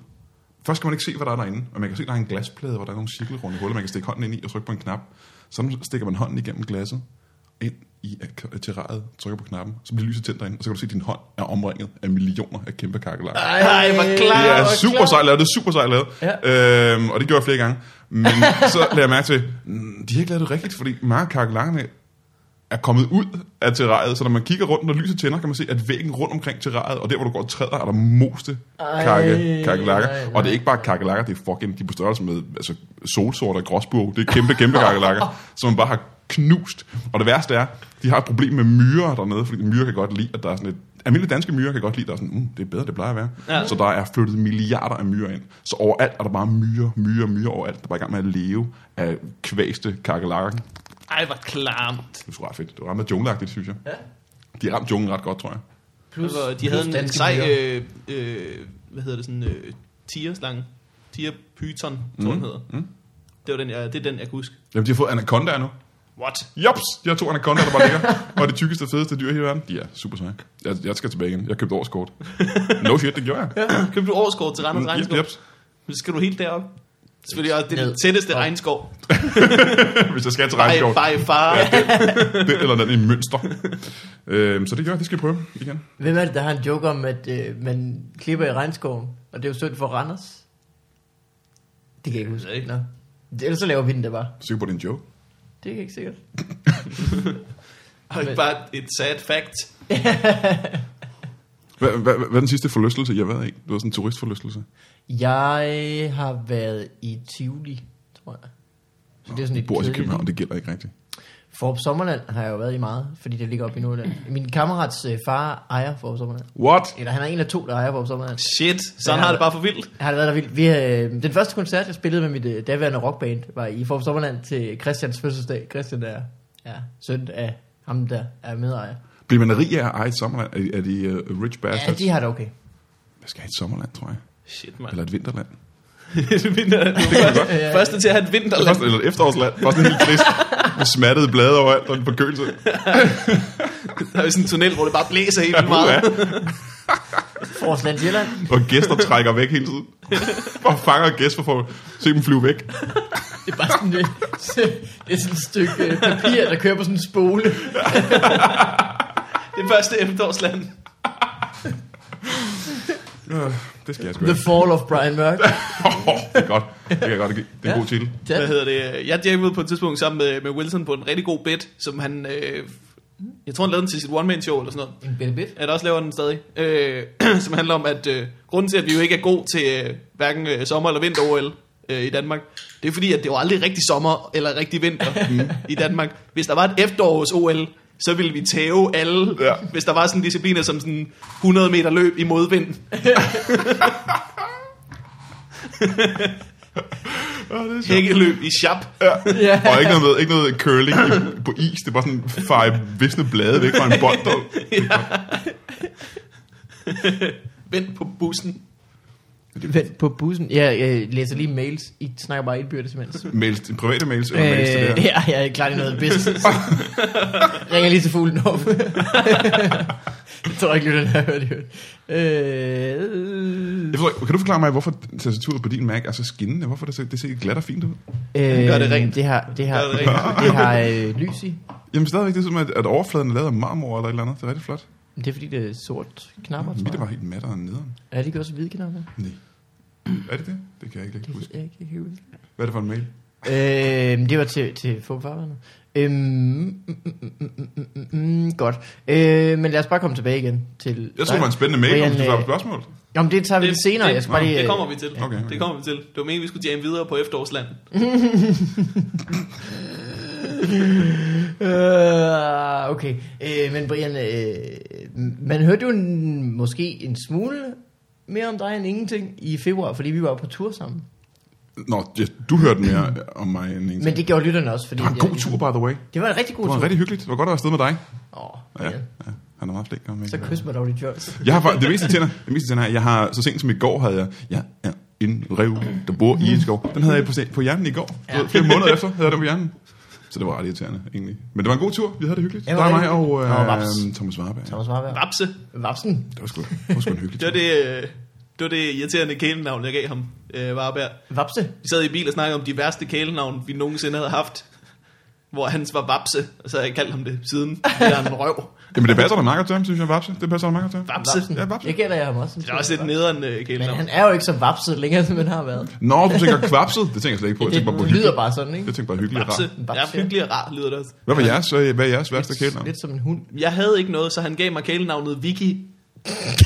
Først kan man ikke se, hvad der er derinde, og man kan se, der er en glasplade, hvor der er nogle cirkelrunde huller, man kan stikke hånden ind i og trykke på en knap. Så stikker man hånden igennem glasset, ind i ak- terrariet, trykker på knappen, så bliver lyset tændt derinde, og så kan du se, at din hånd er omringet af millioner af kæmpe kakelakker.
Ej, hvor klar.
Det er
hvor
super
klart.
sejt lavet, det er super sejt lavet. Ja. Øhm, og det gjorde jeg flere gange. Men så lagde jeg mærke til, mm, de har ikke lavet det rigtigt, fordi mange af kakelakkerne er kommet ud af terrariet, så når man kigger rundt, når lyset tænder, kan man se, at væggen rundt omkring terrariet, og der, hvor du går og træder, er der moste
Ej,
kakke, kakelakker.
nej, nej.
Og det er ikke bare kakelakker, det er fucking, de er på størrelse med altså, solsorter og gråsbog. Det er kæmpe, kæmpe kakelakker, som man bare har knust. Og det værste er, de har et problem med myrer dernede, fordi myrer kan godt lide, at der er sådan et... Almindelige danske myrer kan godt lide, at der er sådan, mm, det er bedre, det plejer at være.
Ja.
Ja. Så der er flyttet milliarder af myrer ind. Så overalt er der bare myrer, myrer, myrer overalt. Der er bare i gang med at leve af kvæste kakelakker.
Ej, hvor klamt.
Det var sgu ret fedt. Det var ramt af jungleagtigt, synes jeg.
Ja.
De ramte junglen ret godt, tror jeg.
Plus,
Hvor de
plus
havde en, en
danske
sej,
piger.
øh, øh, hvad hedder det, sådan øh, tigerslange. Tigerpyton, tror jeg, den hedder. Mm. Det, var den, jeg, det er den, jeg kan huske.
Jamen, de har fået anacondaer nu.
What?
Jops, de har to anacondaer, der bare ligger. og det tykkeste og fedeste dyr i hele verden. De er super seje. Jeg, jeg skal tilbage igen. Jeg købte årskort. No shit, det gjorde jeg. Ja,
Købte du årskort til Randers Regnskov?
Jeps,
Så skal du helt derop. Selvfølgelig også det er den
Ned.
tætteste
Op.
regnskov.
hvis jeg skal til
By,
regnskov.
by far.
Den eller den i mønster. øhm, så det gør jeg. Det skal jeg prøve igen.
Hvem er det, der har en joke om, at øh, man klipper i regnskoven, og det er jo synd for Randers? Det kan jeg ikke
Det ved
huske.
jeg ikke.
Nå. Det- Ellers så laver vi den der bare.
Sikker på, det er en joke.
Det er ikke sikkert.
Og ikke bare et sad fact.
Hvad, hvad, hvad, hvad er den sidste forlystelse, jeg har været i? Det var sådan en turistforlystelse.
Jeg har været i Tivoli, tror jeg. Så det er sådan
Jeg
et
bor i
kedeligt-
København, det gælder ikke rigtigt.
Forop Sommerland har jeg jo været i meget, fordi det ligger oppe i Nordland. Min kammerats øh, far ejer Forop Sommerland.
What?
Eller han er en af to, der ejer Forop Sommerland.
Shit, sådan
Ja.
har det bare for vildt.
Jeg har det været der vildt. Vi, øh, den første koncert, jeg spillede med mit øh, daværende rockband, var i Forop Sommerland til Christians fødselsdag. Christian er ja, søn af ham, der er medejer.
Bliver man rig af at eje et sommerland? Er, er de uh, rich
Ja,
bastards?
de har det okay.
Jeg skal have et sommerland, tror jeg.
Shit, mand.
Eller et vinterland.
det vinder han.
godt.
Første til at have et
Det
vinterland.
var sådan, eller et efterårsland. Det var sådan en helt trist. Med smattede blade overalt og en forkølelse.
Der er jo sådan en tunnel, hvor det bare blæser helt vildt
Uha.
meget.
Forsland Sjælland.
Og gæster trækker væk hele tiden. Og fanger gæster for at se dem flyve væk.
Det er bare sådan, det, det er sådan et stykke øh, papir, der kører på sådan en spole.
Det første efterårsland.
Øh, Det skal jeg sgu
The
ikke.
Fall of Brian Mørk.
Oh, det er godt. Det kan jeg godt give. Det er en
Ja.
god titel.
Ja.
Hvad hedder det? Jeg jammede på et tidspunkt sammen med, med Wilson på en rigtig god bit, som han... Øh, jeg tror, han lavede den til sit one-man-show eller sådan noget.
En bitte bit.
at også laver den stadig, øh, som handler om, at øh, grunden til, at vi jo ikke er god til øh, hverken øh, sommer- eller vinter-OL øh, i Danmark, det er fordi, at det var aldrig rigtig sommer eller rigtig vinter i Danmark. Hvis der var et efterårs-OL, så ville vi tæve alle,
Ja.
ja. hvis der var sådan discipliner som sådan 100 meter løb i modvind.
Oh, det er sjovt.
Hækkeløb i chap.
Ja.
Og ikke noget, med, ikke noget curling i, på is. Det er bare sådan feje visne blade væk fra en bold. der-
Vent på bussen.
Vent på bussen. Ja, jeg læser lige mails. I snakker bare indbyrdes imens.
Mails, til- private mails
Øh,
eller mails til det her.
ja, jeg er klar i noget business. Ringer lige til fuglen op. jeg tror ikke, lytterne har hørt det. Øh,
Jeg forstår, ikke- kan du forklare mig, hvorfor tastaturet på din Mac er så skinnende? Hvorfor det, ser- det ser glat og fint ud?
øh,
Gør det rent.
Det har, det har,
Gør det rent.
det har øh, lys i.
Jamen stadigvæk, det er som, at, at overfladen er lavet af marmor eller et eller andet. Det er rigtig flot.
Det er fordi, det er sort knapper,
Mit er
tror
bare
jeg.
helt mattere end nederen.
Er det ikke også hvide knapper?
Nej. Er det det? Det kan jeg ikke rigtig
Det ved
huske.
jeg ikke, jeg kan ikke huske.
Hvad er det for en mail?
Øhm, det var til, til fugfarverne. Øhm, mm, mm, mm, mm, mm, mm, mm, godt. Øh, men lad os bare komme tilbage igen til
Jeg tror, det var en spændende mail,
Brian,
om du
øh,
svarer på spørgsmål.
Jamen, det tager vi lidt senere. jeg skal bare lige... øh,
det kommer vi til.
Okay, okay.
Det kommer vi til. Det var meningen, vi skulle jamme videre på efterårsland.
Øh, okay. Øh, men Brian, øh, man hørte jo en, måske en smule mere om dig end ingenting i februar, fordi vi var på tur sammen.
Nå, ja, du hørte mere om mig end en.
Men det gjorde lytterne også, fordi...
det var en god tur, by the way.
Det var en rigtig god
Det var
tur.
rigtig hyggeligt. Det var godt at være afsted med dig.
Åh,
Ja,
ja.
ja. Han er meget flink. ham, ikke?
Så kys mig dog dit jokes.
Jeg har fa- det meste tænder, det meste tænder, jeg har, så sent som i går havde jeg, jeg er en rev, der bor i en skov. Den havde jeg på, se- på hjernen i går.
Ja.
Ja. Flere måneder efter havde jeg den på hjernen. Så det var ret irriterende, egentlig. Men det var en god tur, vi havde det hyggeligt.
Ja,
Ja,
det
der
var
er mig og
rigtig hyggeligt. Og Vaps.
øh, Thomas Warberg.
Thomas Warberg.
Rapse.
Vapsen.
Det var sgu, det var sgu en hyggelig
Det var
tur.
det, øh, det, var det irriterende kælenavn, jeg gav ham, øh, Varberg.
Vapse.
Vi sad i bil og snakkede om de værste kælenavn, vi nogensinde havde haft. Hvor hans var Vapse, og så har jeg kaldt ham det siden. Det er en røv.
Jamen det passer da meget godt til ham, synes jeg, Vapse. Det passer da meget godt til ham.
Vapse.
Ja, Vapse.
Det gælder jeg ham også.
Det er også et nederen øh,
Men
kælenavn.
han er jo ikke så vapset længere, som han har været.
Nå, du tænker kvapset. Det tænker jeg slet ikke på. Jeg
Det
tænker bare på
lyder
hyggeligt.
bare sådan, ikke?
Jeg tænker bare hyggeligt og
Vapse.
rart.
Vapse,
Ja,
ja.
hyggelig og rar lyder det også.
Hvad var jeres, øh, hvad er jeres værste kælenavn?
Lidt som en hund.
Jeg havde ikke noget, så han gav mig kælenavnet Vicky.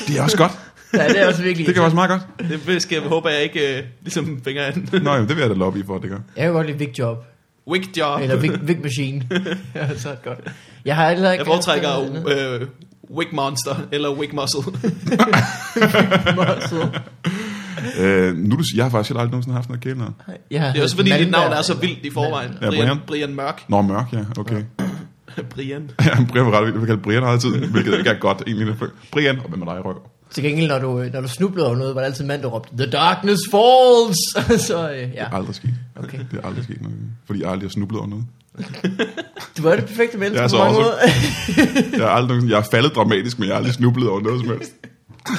Det er også godt.
Ja, det er også virkelig...
Det kan også meget godt.
Det skal jeg håbe, jeg ikke øh, ligesom fænger an.
Nå, jamen, det vil jeg da lobby for, at det gør.
Jeg kan godt lide Big Job.
Wickjob.
Eller Big, big Machine. ja, så er det godt. Jeg har heller ikke...
Jeg foretrækker
altid noget
øh, Wick Monster eller Wick Muscle.
andet.
Øh, nu du siger, jeg har faktisk heller aldrig nogensinde haft noget kælenavn.
Jeg har
Det er også fordi,
heddet
dit navn
Malmberg.
er så vildt i forvejen.
Ja,
Brian,
Brian.
Brian Mørk.
Nå, mørk, ja, okay.
Brian.
Ja, Brian var ret vildt. Jeg vil kalde Brian meget tid, hvilket ikke er godt egentlig. Brian, og hvad med dig, Røg?
Til gengæld, når du, øh, når du snublede over noget, var det altid en mand, der råbte, The darkness falls! så øh, ja,
Aldrig sket.
okay.
Det er aldrig sket noget. Fordi jeg aldrig har snublet over noget.
Du var det perfekte menneske
Jeg er
på
så
mange
også-
måder.
Jeg er, aldrig, nogensinde- jeg er faldet dramatisk, men jeg har aldrig snublet over noget som helst. det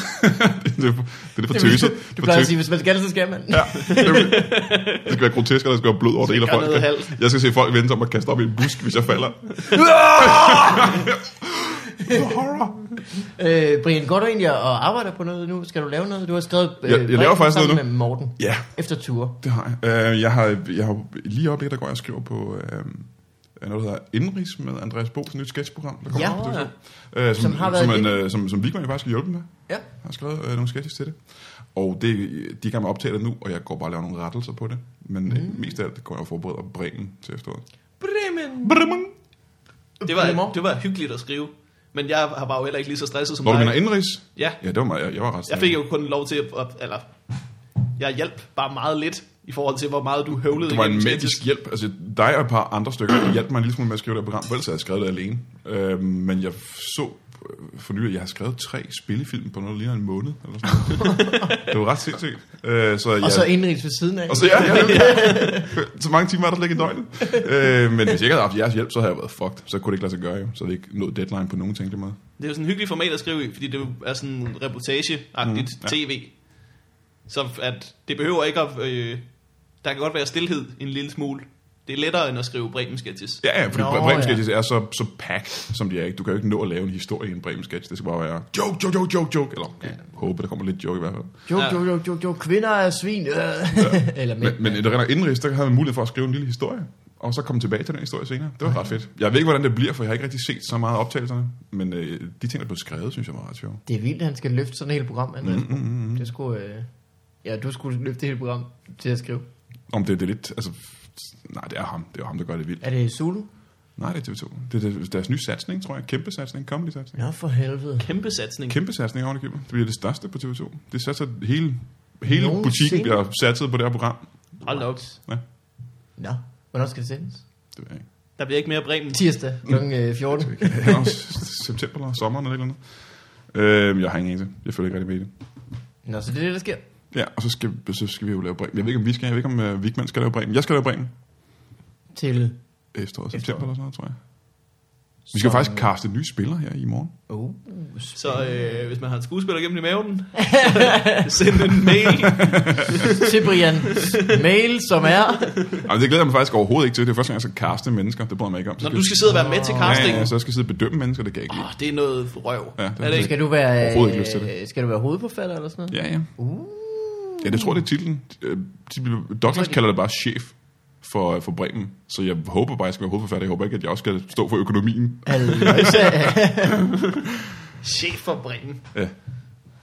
er for, det er for tøset.
Du
For
plejer at
tøset.
sige, hvis man skal, så skal man.
Ja, det vil- det skal være grotesk, og der skal være blod over det hele af
gøre
folk.
noget halvt.
Jeg skal se folk vente om at kaste op i en busk, hvis jeg falder. Horror.
Øh, Brian, går du egentlig og arbejder på noget nu? Skal du lave noget? Du har skrevet øh,
Jeg- jeg laver
brev
faktisk
sammen
noget nu.
med Morten.
Ja,
Efter ture.
Det har jeg. Øh, jeg har, jeg har lige i øjeblikket, der går jeg og skriver på øh, noget, der hedder Indrigs med Andreas Bo's nyt sketchprogram, der kommer
Ja.
på TV2. øh, som,
Som
som,
har
har
været
som, en,
lidt-
øh, som, som Vigman jo faktisk har hjulpet med.
Ja.
Jeg har skrevet øh, nogle sketches til det. Og det, de kan man optage det nu, og jeg går bare og laver nogle rettelser på det. Men mm. mest af alt går jeg og forbereder Bremen til efteråret.
Bremen.
Bremen!
Det var, det var hyggeligt at skrive. Men jeg var jo heller ikke lige så stresset som
Når du mener
dig.
Indrigs?
Ja,
Ja, det var mig. Jeg, jeg var ret
jeg fik jo kun lov til at... at- Eller, jeg hjalp bare meget lidt i forhold til, hvor meget du høvlede.
Det var en
igennem
magisk hjælp. Altså, dig og et par andre stykker hjalp mig en lille smule med at skrive det her program. For Ellers havde jeg skrevet det alene. Øh, Øhm, men jeg så for nylig, at jeg har skrevet tre spillefilm på noget, der ligner en måned. Eller sådan. noget. det var ret sindssygt. Øh, så,
Og
jeg,
så indrigs ved siden af.
og så, ja, ja, ja. så mange timer er der slet ikke i døgnet. Øh, men hvis jeg ikke havde haft jeres hjælp, så havde jeg været fucked. Så kunne det ikke lade sig gøre, jo. Så havde vi ikke nået deadline på nogen tænkelig måde.
Det er jo sådan en hyggelig format at skrive i, fordi det jo er sådan reportageagtigt
Mm,
mm,
ja.
ja. tv. Så at det behøver ikke at... Øh, der kan godt være stillhed en lille smule. Det er lettere end at skrive bremen sketches.
Ja, ja, fordi
Nå,
Nå, Bremen
ja.
Sketches er så, så packed, som de er. ikke. Du kan jo ikke nå at lave en historie i en Bremen Sketch. Det skal bare være joke, joke, joke, joke, joke. Eller okay, ja. håber, der kommer lidt joke i hvert fald.
Jo,
Ja.
jo, jo, jo, jo, kvinder er svin. Øh. Eller mænd.
Men, men det render indrigs, der havde man mulighed for at skrive en lille historie, og så komme tilbage til den historie senere. Det var ret fedt. Jeg ved ikke, hvordan det bliver, for jeg har ikke rigtig set så meget af optagelserne. Men øh, de ting, der blev skrevet, synes jeg var ret sjovt.
Det er vildt, at han skal løfte sådan et helt program, Andreas. Mm, mm, mm. Det skulle, øh... Ja, du skulle løfte det hele program til at skrive.
Om det, det er lidt... Altså, nej, det er ham. Det er jo ham, der gør det vildt.
Er det Zulu?
Nej, det er TV2. Det er deres- deres nye satsning, tror jeg. Kæmpe satsning. Comedy satsning.
Nå, for helvede.
Kæmpe satsning.
Kæmpe satsning oven i købet. Det bliver det største på TV2. Det satser hele, hele
Nogensinde.
butikken bliver satset på det her program.
Hold da op.
Nå, hvornår skal det sendes?
Det ved jeg ikke.
Der bliver ikke mere bremen.
Tirsdag kl. øh, 14.
Det er også september eller sommeren eller et eller andet. Øh, jeg har ingen anelse. Jeg følger ikke rigtig med i det.
Nå, så det er det, der sker.
Ja, og så skal, så skal vi jo lave Bremen. Jeg ved ikke, om vi skal. Jeg ved ikke, om uh, Vigman skal lave Bremen. Jeg skal lave Bremen.
Til...
Efteråret,
Efteråret.
september eller sådan noget, tror jeg. Vi skal
Så-
faktisk kaste nye spillere her i morgen.
Oh.
Så øh, hvis man har en skuespiller gennem i maven, send en mail.
Til Brian. Mail, som er...
Altså, det glæder jeg mig faktisk overhovedet ikke til. Det er første gang, jeg skal kaste mennesker. Det bryder jeg mig ikke om. Så
Når du skal sidde og være med til
ja,
casting.
ja, så jeg skal sidde og bedømme mennesker. Det kan jeg ikke lide.
Åh, det er noget røv.
Ja,
Ja,
det
det
er
er det ikke?
Skal du være...
Overhovedet ikke lyst til
øh, Skal du være hovedforfatter eller sådan noget?
Ja, ja. Ja, det tror jeg, det er titlen. Øh, de bliver- Douglas kalder det bare chef for, for Bremen. Så jeg håber bare, jeg skal være hovedforfatter. Jeg håber ikke, at jeg også skal stå for økonomien.
Altså,
Chef for bremen.
Ja.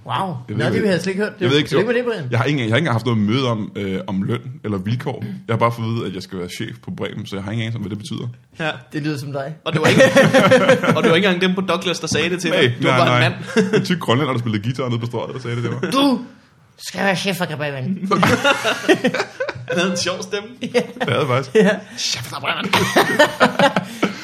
wow.
ved
Nå,
ikke.
det vil jeg slet ikke hørt.
Jeg ved ikke,
Tillykke med det, Brian.
Jeg har ikke, jeg har ikke engang haft noget møde om, øh, om løn eller vilkår. Jeg har bare fået at vide, at jeg skal være chef på Bremen, så jeg har ingen anelse om, hvad det betyder.
Ja.
Det lyder som dig.
Og det var ikke, og det var ikke engang dem på Douglas, der sagde det til dig. Du var bare en mand.
En tyk grønlænder, der spillede guitar nede på strøget, der sagde det til mig.
Du skal være chef for Gabavan.
Han havde en sjov stemme.
Det havde jeg faktisk. Ja.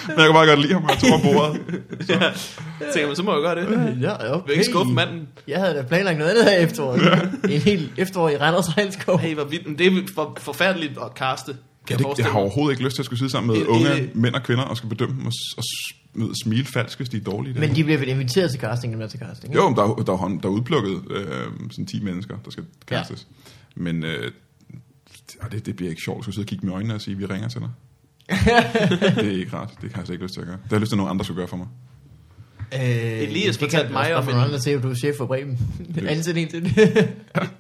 Men jeg kan bare godt lide ham, og jeg tog ham på bordet.
Ja. Så tænker man, så må jeg gøre det. Jeg
Ja, okay.
vil ikke skuffe manden.
Jeg havde da planlagt noget andet her i efteråret. En hel efterår i Randers Regnskov.
Hey, hvor vildt. Men Det er for, forfærdeligt at kaste.
Ja,
Kan
det, jeg
forestille
har
mig.
overhovedet ikke lyst til at skulle sidde sammen med
Det-
unge
det-
mænd og kvinder og skal bedømme dem og, s- og s- du ved, smile falsk, hvis de er dårlige.
Men de bliver vel inviteret til casting, dem er til casting.
Jo, men der, er- der, er, hånd- der er udplukket øh, sådan 10 mennesker, der skal kastes. Ja. Men øh, ja, det, det bliver ikke sjovt. Så sidde og kigge med øjnene og sige, vi ringer til dig. det er ikke rart. Det har jeg slet ikke lyst til at gøre. Det har jeg lyst til, at nogen andre skulle gøre for mig.
Øh,
Elias
det
fortalte
kan
mig
om
om
en...
en-
Andre siger, at du er chef for Bremen. Ansæt en til det.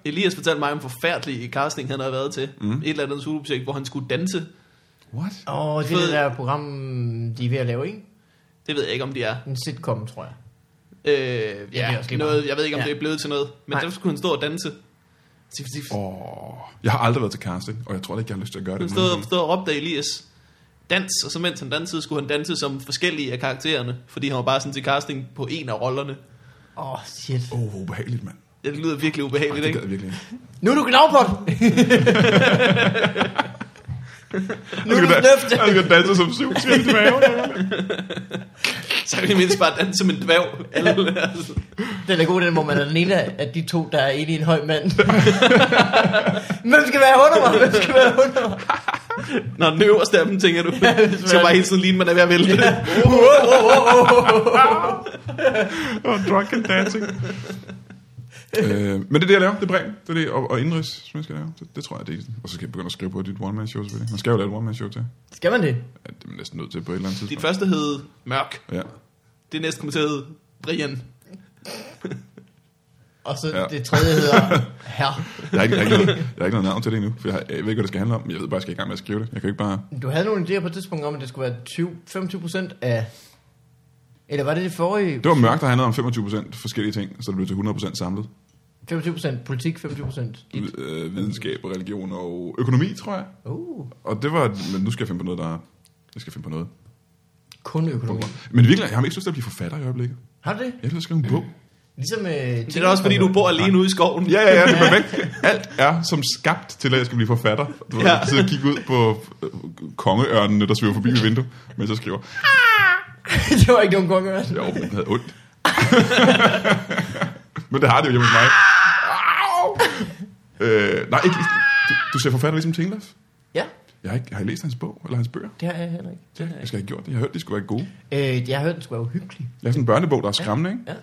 Elias fortalte mig om forfærdelig casting, han havde været til. Mm. Et eller andet soloprojekt, hvor han skulle danse.
What?
Åh, oh, det er
Fed.
det der program, de er ved at lave, ikke?
Det ved jeg ikke, om de er.
En sitcom, tror jeg.
Øh,
det er
ja,
også lige meget.
noget, jeg ved ikke, om
Ja.
ja. det er blevet til noget. Men
Nej.
der skulle han stå og danse. Så- så- så-
Oh, jeg har aldrig været til casting, og jeg tror ikke, jeg har lyst til at gøre
Han
det.
stod, stod og råbte af Elias, dans, og så mens han dansede, skulle han danse som forskellige af karaktererne, fordi han var bare sådan til casting på en af rollerne.
Åh, oh, shit.
Åh, oh, ubehageligt, mand.
Ja, Det lyder virkelig
Ej,
ubehageligt,
det gad
ikke?
jeg virkelig ikke.
Nu er du gnavpot! nu
Jeg
er
skal,
du
da-
knøft!
jeg skal danse som syv skridt i maven.
Så kan de mindst bare danse som en dværg. Alle- altså.
Den er god, den, hvor man er den ene af de to, der er inde i en høj mand. Hvem skal være under mig? Hvem skal være under mig?
Når den øverste af dem, tænker du,
hvis
skal
man-
bare hele tiden ligne, man er ved at vælte.
og drunken dancing. øh, men det er det, jeg laver. Det er Bremen. Det er det, og, og indrigs, som jeg skal lave. Det, det tror jeg, det er Og så skal jeg begynde at skrive på dit one-man-show, selvfølgelig. Man skal jo lave et one-man-show til.
Skal man det?
Ja, det er man næsten nødt til på et eller andet
Dit
tidspunkt.
første hed Mørk.
Ja.
Det næste kommer til at hedde Brian.
Og så
Ja.
ja. det tredje hedder her.
Jeg har, ikke, jeg, har ikke noget, jeg har ikke noget navn til det endnu, for jeg, har, jeg ved ikke, hvad det skal handle om, men jeg ved bare, jeg skal i gang med at skrive det. Jeg kan jo ikke bare...
Du havde nogle idéer på et tidspunkt om, at det skulle være 20, 25 procent af... Eller var det det forrige?
Det var mørkt, der handlede om 25% forskellige ting, så det blev til 100% samlet.
25 procent politik, 25 procent dit.
Øh, videnskab, religion og økonomi, tror jeg.
Uh,
Og det var... Men nu skal jeg finde på noget, der... er- Jeg skal finde på noget.
kun økonomi.
Men virkelig, jeg har ikke lyst til at blive forfatter i øjeblikket.
Har du det?
Jeg har lyst til at skrive en bog.
Ligesom... Øh,
Det er da også fordi, du bor alene ude i skoven.
Ja, ja, ja, det er perfekt. Alt er som skabt til, at jeg skal blive forfatter. Du ja.
Ja.
sidder og kigge ud på øh, kongeørnene, der svæver forbi mit vindue, mens jeg skriver.
det var ikke nogen kongeørn.
Jo, men jeg havde ondt. Men det har det jo hjemme hos mig. Au! øh, nej, ikke, du, du ser forfatter ligesom Tinglef.
Ja,
Jeg har, ikke, har I læst hans bog, eller hans bøger?
det har jeg heller ikke. Den har jeg
Jeg skal have gjort det. Jeg har hørt, de skulle være gode.
ikke. Øh, jeg har hørt, den skulle være uhyggelig.
Jeg har sådan en børnebog, der er skræmmende, ikke?
Ja.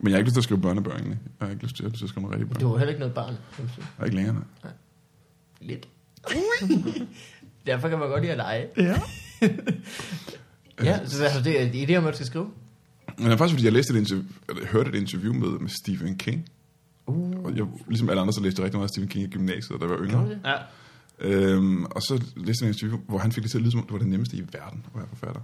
Men jeg har ikke lyst til at skrive børnebøger, egentlig. Jeg har ikke lyst til, jeg har lyst til at skrive noget rigtigt
Det
børn.
var heller ikke noget barn. kan man sige.
Jeg er ikke længere, nej.
Lidt. Derfor kan man godt lide at lege.
Ja.
Ja, så altså, det er idéer om, at du skal skrive.
Men det er faktisk, fordi jeg læste et interview, eller, hørte et interview med, med Stephen King. Uh. Og jeg, ligesom alle andre, så læste jeg rigtig meget Stephen King i gymnasiet, da jeg var yngre.
det?
ja.
Øhm, og så læste jeg en interview, hvor han fik det til at lyde, som om det var det nemmeste i verden at være forfatter.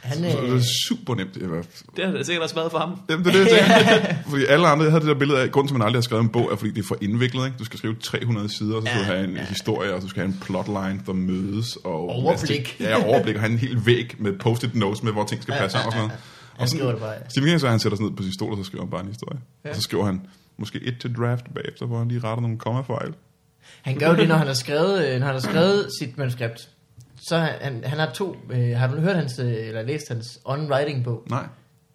Han,
Så det
øh,
var super nemt. Jeg var,
Det har det sikkert også været for ham.
Jamen, det er det, jeg tænker. fordi alle andre jeg havde det der billede af, grunden til, at man aldrig har skrevet en bog, er fordi det er for indviklet. Ikke? Du skal skrive 300 sider, og så skal du have en historie, og så skal du have en plotline, der mødes. Og
Overblik.
Ja, overblik, og have en hel væg med post-it notes med, hvor ting skal passe sammen og sådan noget.
han
Og
skriver det
sådan,
bare, ja.
Stephen King, så han sætter sådan ned på sin stol, og så skriver han bare en historie. Og så skriver han måske et til draft bagefter, hvor han lige retter nogle kommafejl.
han gør jo det, når han har skrevet, øh, når han har skrevet sit manuskript. Så han, han, han har to... Øh, har du hørt hans, øh, eller læst hans on-writing-bog?
Nej.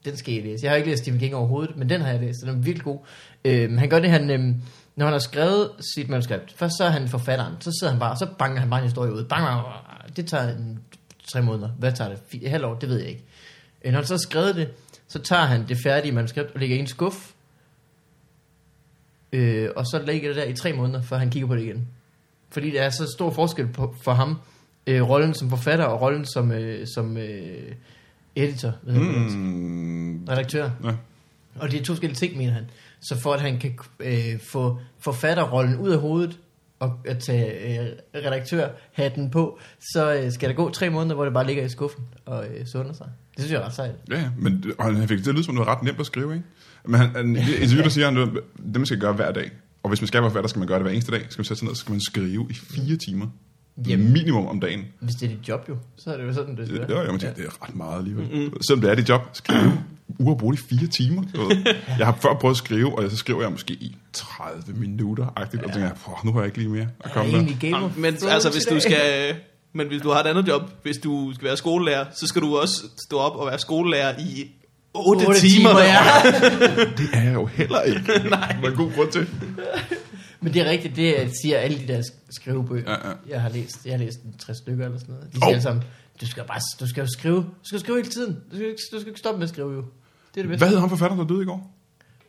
Den skal I læse. Jeg har ikke læst Stephen King overhovedet, men den har jeg læst, og den er virkelig god. Øhm, han gør det, han, øhm, når han har skrevet sit manuskript, først så er han forfatteren, så sidder han bare, og så banker han bare en historie ud. Bang, bang, bang. Det tager en, tre måneder. Hvad tager det? Fi- Et halvt år? Det ved jeg ikke. Øh, når han så har skrevet det, så tager han det færdige manuskript og lægger i en skuff, øh, og så ligger det der i tre måneder, før han kigger på det igen. Fordi der er så stor forskel på, for ham, øh, rollen som forfatter og rollen som, øh, som øh, editor. Hvad hedder det?
Mm,
Redaktør.
ja.
Og det er to forskellige ting, mener han. Så for at han kan øh, få forfatterrollen ud af hovedet og at tage øh, redaktørhatten på, så øh, skal der gå tre måneder, hvor det bare ligger i skuffen og øh, sunder sig. Det synes jeg er ret sejt.
Ja, ja, men det- og han fik det til at lyde som, om det var ret nemt at skrive, ikke? Men han, han, i det interview, der siger han, at det man skal gøre hver dag. Og hvis man skal være forfatter, skal man gøre det hver eneste dag. Skal man sætte sig ned, så skal man skrive i fire timer.
Jamen.
Jamen. Minimum om dagen.
Hvis det er dit job jo, så er det jo sådan, det skal
Det,
være.
jo, jeg må sige, det er ret meget alligevel. Mm-hmm. Selvom det er dit job, skrive uafbrudt i fire timer. du ved. Jeg har før prøvet at skrive, og så skriver jeg måske i 30 minutter, agtigt, og tænker, jeg, "Fuck, nu har jeg ikke lige mere at
Jeg er
komme med.
egentlig gamer.
Men altså, hvis du skal... Men hvis du har et andet job, hvis du skal være skolelærer, så skal du også stå op og være skolelærer i 8, 8 timer. timer
ja.
Det er jeg jo heller ikke. Nej. Men god grund til.
Men det er rigtigt, det er- siger alle de der sk- skrivebøger,
Ja, ja.
jeg har læst. Jeg har læst en 60 stykker eller sådan noget. De
Hov.
siger alle sammen, du skal, bare, du skal jo skrive. Du skal jo skrive hele tiden. Du skal, ikke- du skal ikke stoppe med at skrive jo. Det er det bedste.
Hvad hed ham forfatteren, der døde i går?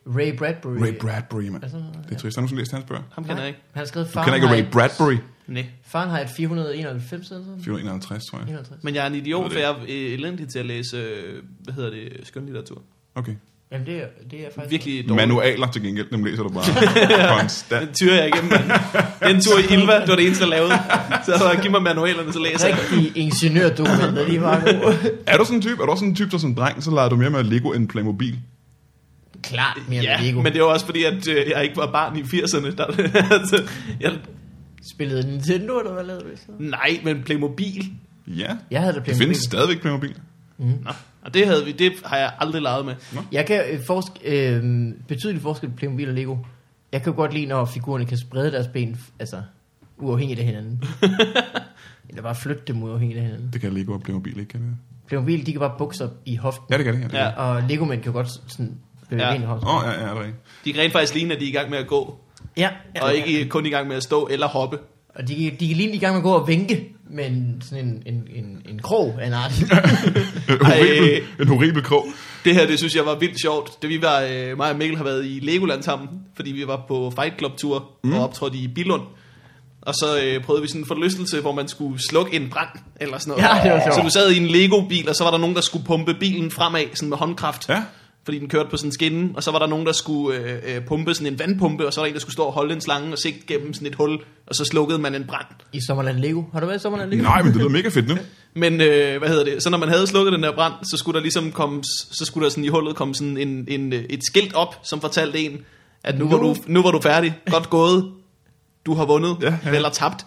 Ray Bradbury.
Ray Bradbury, mand.
Altså,
Det er trist. Har du nogensinde læst hans bøger?
Ham kender jeg ikke.
Han har skrevet
Du kender ikke Ray
Fahrenheit,
Bradbury?
Nej.
Fahrenheit 491 eller sådan noget.
451, tror jeg.
51.
Men jeg er en
Ved
idiot, for
det
jeg er øh, elendig til at læse, øh, hvad hedder det, skønlitteratur.
Okay.
Jamen det er, det er faktisk...
Virkelig dårligt.
Manualer til gengæld, dem læser du bare konstant.
Den tyrer jeg igennem. mand. Den tur i Ilva, det var det eneste, jeg lavede. Så giv mig manualerne, så læser jeg.
Rigtig ingeniørdokumenter, de var gode.
Er du sådan en type, er du også sådan en type, der som dreng, så leger du mere med Lego end Playmobil?
Klart mere ja,
Ja,
end Lego.
men
Men...
det var også fordi, at øh, jeg ikke var barn i 80'erne. Der, altså, jeg,
Spillede Nintendo, eller hvad lavede du så?
nej, men Playmobil.
Ja.
Jeg havde da
Det
Playmobil.
findes stadigvæk Playmobil.
Nå, og det, havde vi, det har jeg aldrig leget med.
Jeg kan øh, forsk øh, betydeligt forskel på Playmobil og Lego. Jeg kan jo godt lide, når figurerne kan sprede deres ben, f- altså uafhængigt af hinanden. Eller bare flytte dem uafhængigt af hinanden.
Det kan Lego og Playmobil ikke, kan det?
Playmobil, de kan bare bukse op i hoften.
Ja, det kan det. Ja, det kan
Ja.
det.
Og Lego-mænd kan jo godt sådan bevæge
Ja.
ja. i hoften.
Åh, oh, ja, ja, det er rigtigt.
De kan rent faktisk ligne, at de er i gang med at gå.
Ja, ja,
Og ikke kun i gang med at stå eller hoppe.
Og de, kan- de kan lige i gang med at gå og vinke med en, sådan en, en, en, en krog af en art.
En horribel, en horribel krog.
Det her, det synes jeg var vildt sjovt. Da vi var, øh, mig og Mikkel har været i Legoland sammen, fordi vi var på Fight Club tur mm. og optrådte i Bilund. Og så øh, prøvede vi sådan en forlystelse, hvor man skulle slukke en brand, eller sådan noget.
Ja, det var sjovt.
Så du sad i en Lego-bil, og så var der nogen, der skulle pumpe bilen fremad sådan med håndkraft.
Ja.
Fordi den kørte på sådan en skinne, og så var der nogen, der skulle øh, øh, pumpe sådan en vandpumpe, og så var der en, der skulle stå og holde en slange og sigte gennem sådan et hul, og så slukkede man en brand.
I Sommerland Lego. Har du været i Sommerland Lego?
Nej, men det lyder mega fedt nu.
Men øh, hvad hedder det? Så når man havde slukket den der brand, så skulle der ligesom komme, så skulle der sådan i hullet komme sådan en, en, øh, et skilt op, som fortalte en, at nu,
Nu.
Var, du, nu var du færdig. Godt gået. Du har vundet.
Ja,
Ja,
ja.
ja. Eller tabt.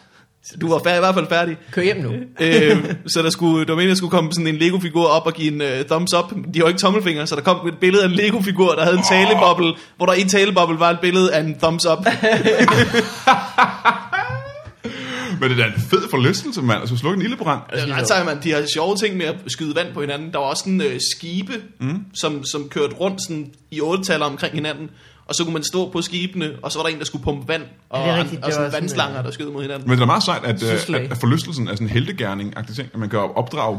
Du var færdig, i hvert fald færdig.
Kør hjem nu.
øh, så der skulle, der var en, der skulle komme sådan en Lego-figur op og give en øh, thumbs up. De har jo ikke tommelfinger, så der kom et billede af en Lego-figur, der havde en taleboble, hvor der i taleboblen var et billede af en thumbs up.
Men det er da en fed forlystelse, mand. At skulle slukke en ildebrand.
Det er ret sejt, mand. De har sjove ting med at skyde vand på hinanden. Der var også sådan øh, skibe, mm. som, som kørte rundt sådan, i ottetaller omkring hinanden. Og så kunne man stå på skibene, og så var der en, der skulle pumpe vand. Og,
det er
ja,
rigtigt.
og, og
Det
sådan
var sådan,
vandslanger,
øh,
der skød mod hinanden.
Men det er meget sejt, at, øh,
Søslag.
at, at forlystelsen er sådan en heldegærning ting, at man kan opdrage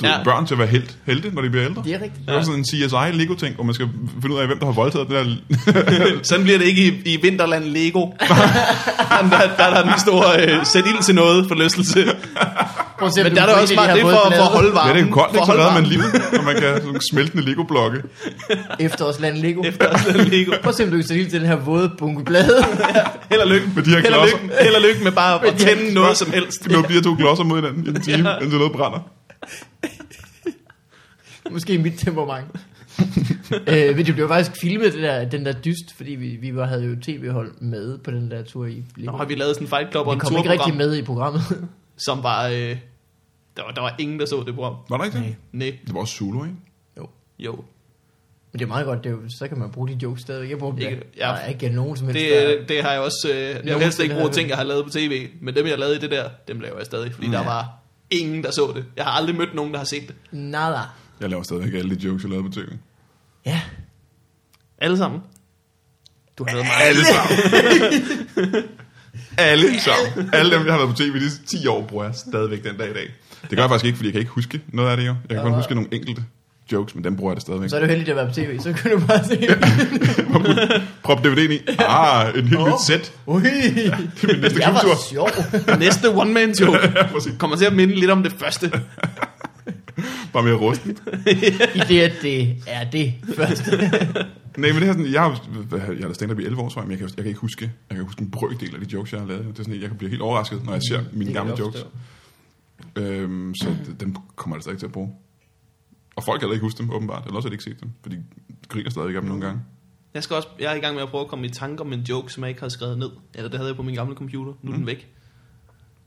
du ja.
Ja.
ved, børn til at være helt, helte, når de bliver ældre.
Det er rigtigt.
Det er også sådan en CSI-Lego-ting, hvor man skal finde ud af, hvem der har voldtaget det der
sådan bliver det ikke i, i Vinterland Lego. der, der, der er den store øh, sæt ild til noget forlystelse.
Prøv at se, om
Men
du
der er der
kan
også
se, de
bare
har
det er
fået
for, for
lavet.
at holde varmen.
Ja, det er jo koldt, ikke?
For
Så
at holde
lader man
varmen.
livet, når man kan sådan smeltende Lego-blokke.
Efterårsland Lego.
Efter at have lavet Lego.
Prøv at se, om du kan sætte ild til den her våde bunke blade.
Held og lykke.
Med de her
Held og
klodser.
lykke, held og lykke med bare at tænde noget som helst.
Det bliver de her to klodser mod hinanden i en time, ja. indtil noget brænder.
Måske mit temperament. øh, men det blev faktisk filmet, det der, den der dyst, fordi vi, vi var, havde jo tv-hold med på den der tur i Lego.
Nu har vi lavet sådan en Fight Club og
vi
en
kom ikke rigtig
turprogram,
med i programmet.
som var... Øh, der, var, der var ingen, der så det program.
Var der ikke det?
Nej,
Det var også Zulu, ikke?
jo.
men det er meget godt, det er, jo- så kan man bruge de jokes stadigvæk. Jeg bruger
Ikke-
ikke,
ja.
ja. der er ikke nogen som helst.
Det,
Det,
øh, det har jeg også... Øh, jeg vil helst
Nogensinde
ikke
har
bruge
jeg
ting, jeg har lavet på tv, men dem, jeg lavede i det der, dem laver jeg stadig, fordi der var ingen, der så det. Jeg har aldrig mødt nogen, der har set det.
Nada.
Jeg laver stadigvæk alle de jokes, jeg lavede på tv.
Ja.
Alle sammen. Du har lavet meget.
Alle sammen. alle sammen. Alle dem, jeg har været på tv de sidste 10 år, bruger jeg stadigvæk den dag i dag. Det gør jeg faktisk ikke, fordi jeg kan ikke huske noget af det jo. Jeg kan kun
Nå.
huske nogle enkelte jokes, men dem bruger jeg da stadigvæk.
Så er det jo heldigt at være på tv, så kan du bare se.
Prop DVD'en i. Ah, en helt nyt
Åh.
sæt.
Ui,
Det er min næste
jeg
klubtur.
var sjov.
Næste one-man-show
Ja, præcis.
kommer til at minde lidt om det første.
Bare mere rusten.
I det, at det er det første.
Nej, men det her sådan, jeg har, hvad har- jeg har lavet stand-up i 11 år, tror jeg, men jeg kan, jeg kan ikke huske, jeg kan huske en brøkdel af de jokes, jeg har lavet. Det er sådan, jeg kan blive helt overrasket, når jeg ser mine
Mm, kan
gamle
jeg
jokes. Øhm,
Mm.
så d- dem kommer jeg altså ikke til at bruge. Og folk har heller ikke husket dem, åbenbart. Eller også har de ikke set dem, for de griner stadig af dem
Mm.
nogle gange.
Jeg, skal også, jeg er i gang med at prøve at komme i tanke om en joke, som jeg ikke har skrevet ned. Eller det havde jeg på min gamle computer. Nu er den væk.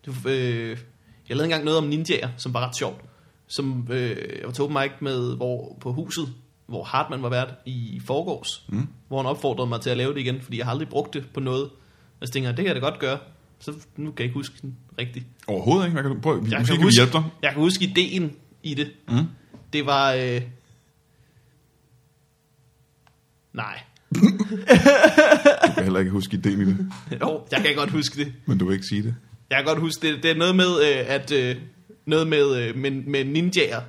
Du, øh, jeg lavede engang noget om ninjaer, som var ret sjovt. Som øh, jeg var til open mic med hvor, på huset, hvor Hartmann var vært i forgårs. Mm. Hvor han opfordrede mig til at lave det igen, fordi jeg har aldrig brugt det på noget. Og så tænker jeg, det kan jeg da godt gøre. Så nu kan jeg ikke huske den rigtigt.
Overhovedet ikke. Hvad kan du, prøv, vi,
Jeg
måske
kan,
kan vi
huske,
hjælpe dig.
jeg kan huske ideen i det. Mm. Det var... Øh... Nej.
Du kan heller ikke huske idéen i det,
Jo, jeg kan godt huske det.
men du vil ikke sige det.
Jeg kan godt huske det. Det er noget med, øh, at... Øh, noget med, øh, med, med ninjaer.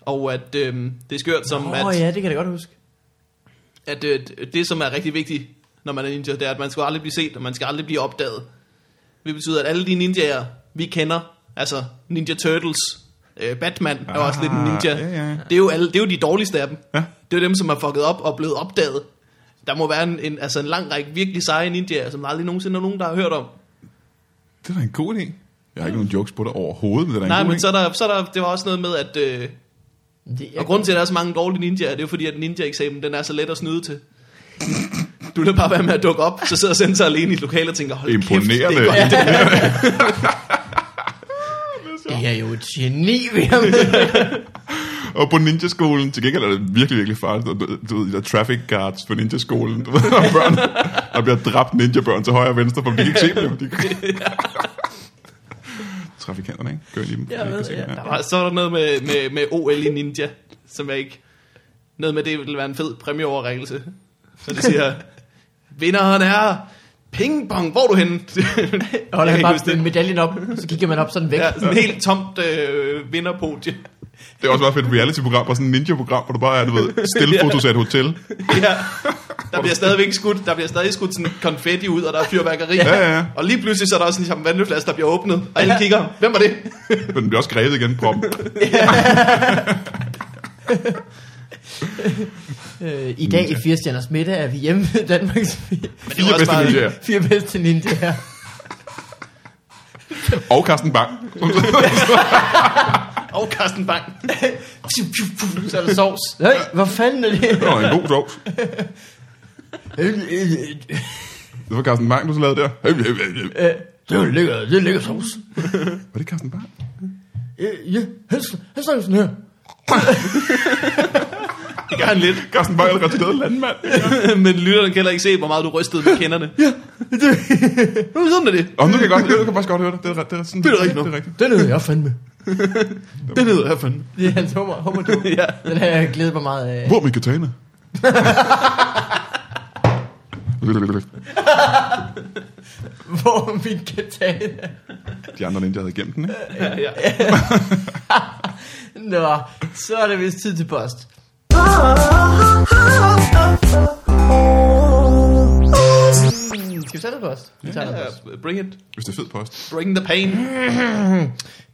Og at øh, det er skørt som,
Åh
at,
oh, ja, det kan jeg da godt huske.
at øh, det, som er rigtig vigtigt, når man er ninja, det er, at man skal aldrig blive set, og man skal aldrig blive opdaget. Det betyder, at alle de ninjaer, vi kender, altså Ninja Turtles, øh, Batman er jo også lidt en ninja.
Ah, ja, ja.
Det, er jo alle, det er jo de dårligste af dem.
Ja.
Det er jo dem, som er fucket op og blevet opdaget. Der må være en, en, altså en lang række virkelig seje ninjaer, som der aldrig nogensinde er nogen, der har hørt om.
Det er da en god idé. Jeg har ikke nogen jokes på dig overhovedet, men det er da en
Nej,
god
men
idé.
så er, der, så er der, det var også noget med, at... Øh,
Det,
og grunden til, at der er så mange dårlige ninjaer, det er jo fordi, at ninja-eksamen, den er så let at snyde til. Du lader bare være med at dukke op, så sidder sensor alene i et lokale og tænker, hold kæft, det
Imponerende.
er godt.
det er jo et geni, vi har med.
Og på ninjaskolen, til gengæld er det virkelig, virkelig farligt. Du, du, du ved, de der traffic guards på ninjaskolen. Du ved, der er børn, der bliver dræbt ninjabørn til højre og venstre, for de kan ikke se dem. De kan... Trafikanterne, ikke? Gør ind i dem.
Jeg
de
ved,
kan se
ja.
dem,
Der var, så var der noget med, med, med OL i Ninja, som jeg ikke... Noget med, det ville være en fed præmieoverrækkelse. Så det siger, vinderen er ping pong, hvor er du henne?
Og holder
Jeg
han
kan ikke huske
bare
det.
medaljen op, så kigger man op sådan væk.
Ja, sådan en helt tomt øh, vinderpodie.
Det er også meget fedt reality-program, og sådan en ninja-program, hvor du bare er, du ved, stille fotos af et hotel.
Ja. Der bliver stadigvæk skudt, der bliver stadig skudt sådan konfetti ud, og der er fyrværkeri.
ja, ja.
Og lige pludselig så er der også en champagneflaske, der bliver åbnet, og alle kigger, hvem var det?
Men den bliver også grebet igen, proppen.
Øh, I dag i Fire Stjerners Middag er vi hjemme ved Danmarks fire,
det var
Fire
også
bedste
bare-
ninjaer.
fire bedste ninjaer.
Og Carsten Bang.
Og Carsten Bang.
Så er der sovs. Øh, Nej, hvor fanden er det?
Det var en god jokes. Det var Carsten Bang, du så lavede der.
Øh, det er lækker, det er lækker sovs.
Var det Carsten Bang?
Øh, Ja, han snakker sådan her.
Det gør han lidt.
Carsten Bang er allerede til landmand.
Men lytteren kan heller ikke se, hvor meget du rystede med kenderne. Ja. Nu sådan er det.
Om nu kan jeg godt, du kan faktisk godt høre det. Det er, det er, sådan,
Det er rigtigt nok.
Det er rigtigt.
Den hedder jeg fandme.
Det lyder i hvert fald.
Det er hans hummer, hummer du.
Ja.
Den har jeg glædet mig meget øh, af.
Hvor er min katana?
Hvor er min katana?
De andre ninja havde gemt den, ikke?
Ja, ja.
Nå, så er det vist tid til post. Skal vi tage noget post? Vi tager noget post.
ja. Bring it.
Hvis det er fed post.
Bring the pain.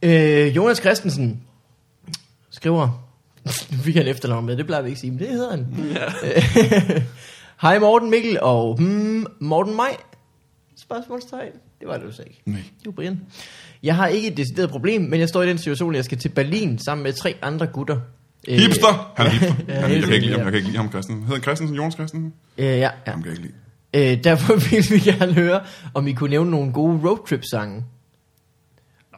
Øh, Jonas Christensen skriver, nu fik han efternavn med, det plejer vi ikke at sige, men det hedder han.
Ja.
Øh, Hej Morten Mikkel og hmm, Morten Maj. Spørgsmålstegn. Det var det jo så ikke.
Nej.
Det var Brian. Jeg har ikke et decideret problem, men jeg står i den situation, at jeg skal til Berlin sammen med tre andre gutter. Øh,
Hipster! Han er hipster.
Ja,
Han,
helt
jeg, kan ikke lide
sikkert,
ham. jeg kan ikke lide ham, Christensen. Hedder han Christensen? Jonas Christensen?
Øh, ja, ja.
Ham kan jeg ikke lide.
Øh, derfor vil vi gerne høre, om I kunne nævne nogle gode roadtrip-sange.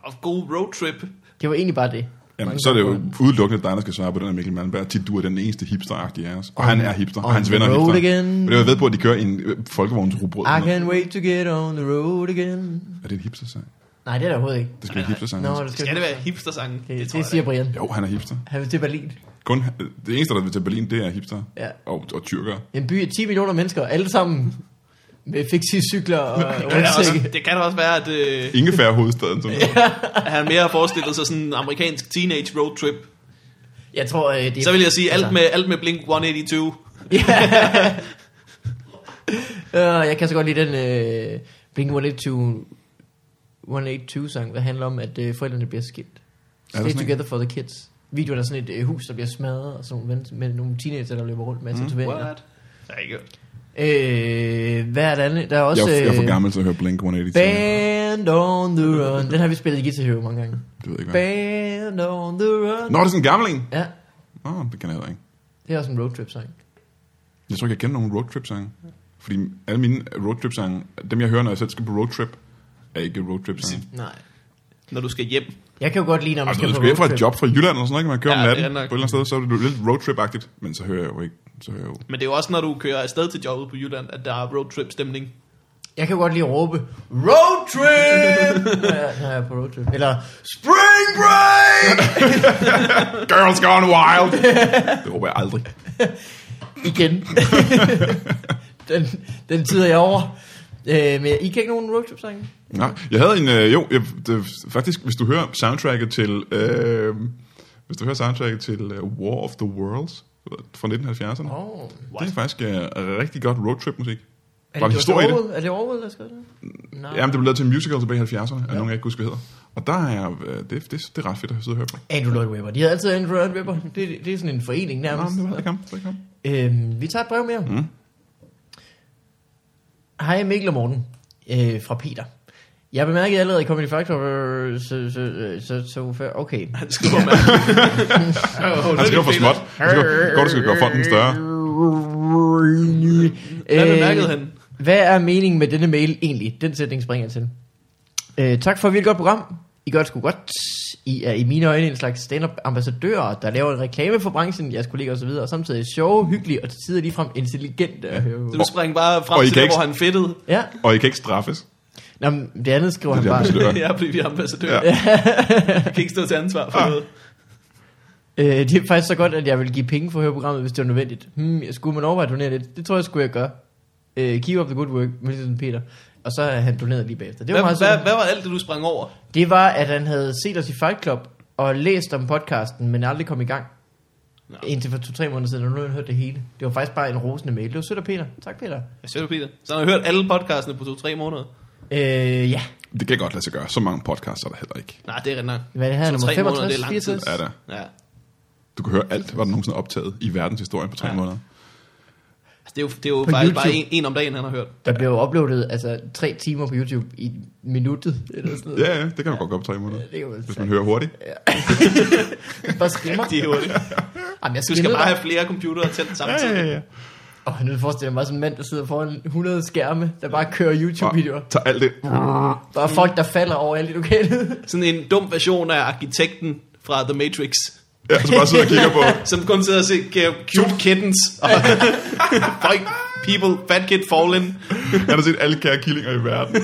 Og god roadtrip.
Det var egentlig bare det.
Jamen,
Mange
så er det jo
gode.
udelukkende dig, der skal svare på den her Mikkel Malmberg. Tit du er den eneste hipster-agtige af os. Og han er hipster. Og
on
hans
the
venner er
road
hipster.
again.
Men det var jeg ved på, at de kører en øh, folkevognsrubrød.
I can't wait to get on the road again.
Er det en hipster-sang?
Nej, det er der overhovedet ikke.
Det skal være en hipster-sang.
Nå,
altså.
det skal,
Skal det være hipstersangen?
Det, det,
tror jeg
det siger
da.
Brian.
Jo, han er hipster.
Han vil til Berlin.
Kun, øh, det eneste, der vil til Berlin, det er hipster.
Ja.
Og, og tyrkere.
En by af 10 millioner mennesker, alle sammen med fixiecykler og
Det kan da også-
rundsække.
Det kan da også være, at øh,
Ingefær hovedstaden, som ja.
at han mere har forestillet sig sådan en amerikansk teenage roadtrip.
Jeg tror, øh, det er...
Så vil jeg sige, alt
altså-
med, alt med Blink 182.
Øh, jeg kan så godt lide den øh, Blink-182 182-sang, der handler om, at øh, forældrene bliver skilt.
sådan
Stay
en?
together for the kids. Videoen er sådan et øh, hus, der bliver smadret, og sådan nogle, ven- med nogle teenager, der løber rundt med mm, tatoveringer.
What? Ja, ikke.
Øh, hvad er det andet? Der er også...
jeg, er- jeg er for
øh,
gammel til at høre Blink-182.
Band on the run. Den har vi spillet i Guitar Hero mange gange.
Det ved jeg ikke, hvad.
Band on the run.
Nå, det er sådan en gammel en.
Ja,
Åh, oh, det kan jeg heller ikke.
det er også en roadtrip-sang.
Jeg tror ikke, jeg kender nogen roadtrip-sange. Fordi alle mine roadtrip-sange, dem jeg hører, når jeg selv skal på roadtrip, er ikke roadtrip-sange.
Nej.
Når du skal hjem.
Jeg kan jo godt lide, når man
Altså,
skal
du
på
skal hjem fra
roadtrip.
et job fra Jylland eller sådan noget, ikke? man kører
Ja,
om
det er
natten på
nok.
et eller andet sted, så er det jo lidt roadtrip-agtigt. Men så hører jeg jo ikke. Så hører jeg jo.
Men det er jo også, når du kører afsted til jobbet på Jylland, at der er roadtrip-stemning.
Jeg kan jo godt lide at råbe, roadtrip, når jeg, når jeg er på roadtrip. Eller, spring break!
Girls Gone Wild! det råber jeg aldrig.
Igen. den, den tider jeg over. Øh, men I kan ikke nogen roadtrip-sange?
Nej, jeg havde en, øh, jo, jeg, det, faktisk, hvis du hører soundtracket til, øh, hvis du hører soundtracket til øh, War of the Worlds fra 1970'erne, oh,
Åh. Oh.
det er faktisk øh, rigtig godt roadtrip-musik.
Er
Var
det,
det
George
historie i det? Mm.
Orwell? Er det Orwell, der skrev det? Nej.
Jamen, det blev lavet til en musical tilbage i 70'erne, ja. af nogen, jeg ikke husker, hvad hedder. Og der er, øh, det, det, det er ret fedt at sidde og høre på.
Andrew Lloyd Webber. De havde altid Andrew Lloyd Webber. Det, det, det er sådan en forening
Nå,
nærmest.
men det var det kom, det kom.
Øhm, vi tager et brev mere. Mm. Hej Mikkel og Morten øh, fra Peter. Jeg bemærkede allerede i Comedy Factor, øh, så, så, så, så, så okay.
Han skriver, man.
Han skriver for småt. Han skriver, godt, du skal gøre fonden større.
Øh,
Hvad bemærkede han?
Hvad er meningen med denne mail egentlig? Den sætning springer jeg til. Øh, tak for et vildt godt program. I gør det sgu godt. I er i mine øjne en slags stand-up ambassadører, der laver en reklame for branchen, jeres kolleger osv., og samtidig sjove, hyggelige og til tider ligefrem intelligente. at høre på.
Du springer bare
Og I
frem til
kan
der,
ikke-
hvor han fedtede.
Ja,
Og I kan ikke straffes.
Nå, men det andet skriver
Det er
han bare.
ambassadør.
Ja, fordi vi er ambassadører. Vi kan ikke stå til ansvar
Ah.
for noget.
Øh, det er faktisk så godt, at jeg vil give penge for at høre programmet, hvis det var nødvendigt. Hmm, jeg skulle man overveje at donere lidt? Det tror jeg, skulle jeg gøre. Øh, keep up the good work, Milton Peter. Og så er han doneret lige bagefter. Det var
Hvad,
meget
hvad,
sødt.
hvad var alt det, du sprang over?
Det var, at han havde set os i Fight Club og læst om podcasten, men aldrig kom i gang.
Nå.
Indtil for to-tre måneder siden, og nu har han hørt det hele. Det var faktisk bare en rosende mail. Det var sødt af Peter. Tak, Peter.
Jeg siger du, Peter. Så han har hørt alle podcastene på to-tre måneder.
Øh, ja.
Det kan godt lade sig gøre. Så mange podcasts er der heller ikke.
Nej, det er rent nok.
Hvad er det her?
Så
Nummer
tre måneder, det
65?
er lang tid.
64?
Er der.
Ja.
Du kan høre alt, hvad der nogensinde er optaget i verdenshistorien på tre
Ja.
måneder.
Altså, det er jo, det er jo
På
faktisk bare en,
YouTube.
en om dagen, han har hørt.
Der blev jo uploadet altså, tre timer på YouTube i minuttet. Eller sådan noget.
Ja, ja, det kan du godt gøre på tre måneder.
Det kan man
Hvis
sige.
man hører hurtigt.
Bare skrimmer.
Det er jo det.
Jamen, jeg
Du skal bare
have...
have flere computere tændt samtidig.
ja.
Åh, nu forestiller jeg mig sådan en mand, der sidder foran 100 skærme, der bare kører YouTube-videoer.
Tag alt det.
Der er folk, der falder over alt i lokalet.
Sådan en dum version af arkitekten fra The Matrix.
Ja, så bare sidder og kigger på.
Som kun sidder og ser cute kittens. Og folk, people, fat kid, fallen.
Han har set alle kære killinger i verden.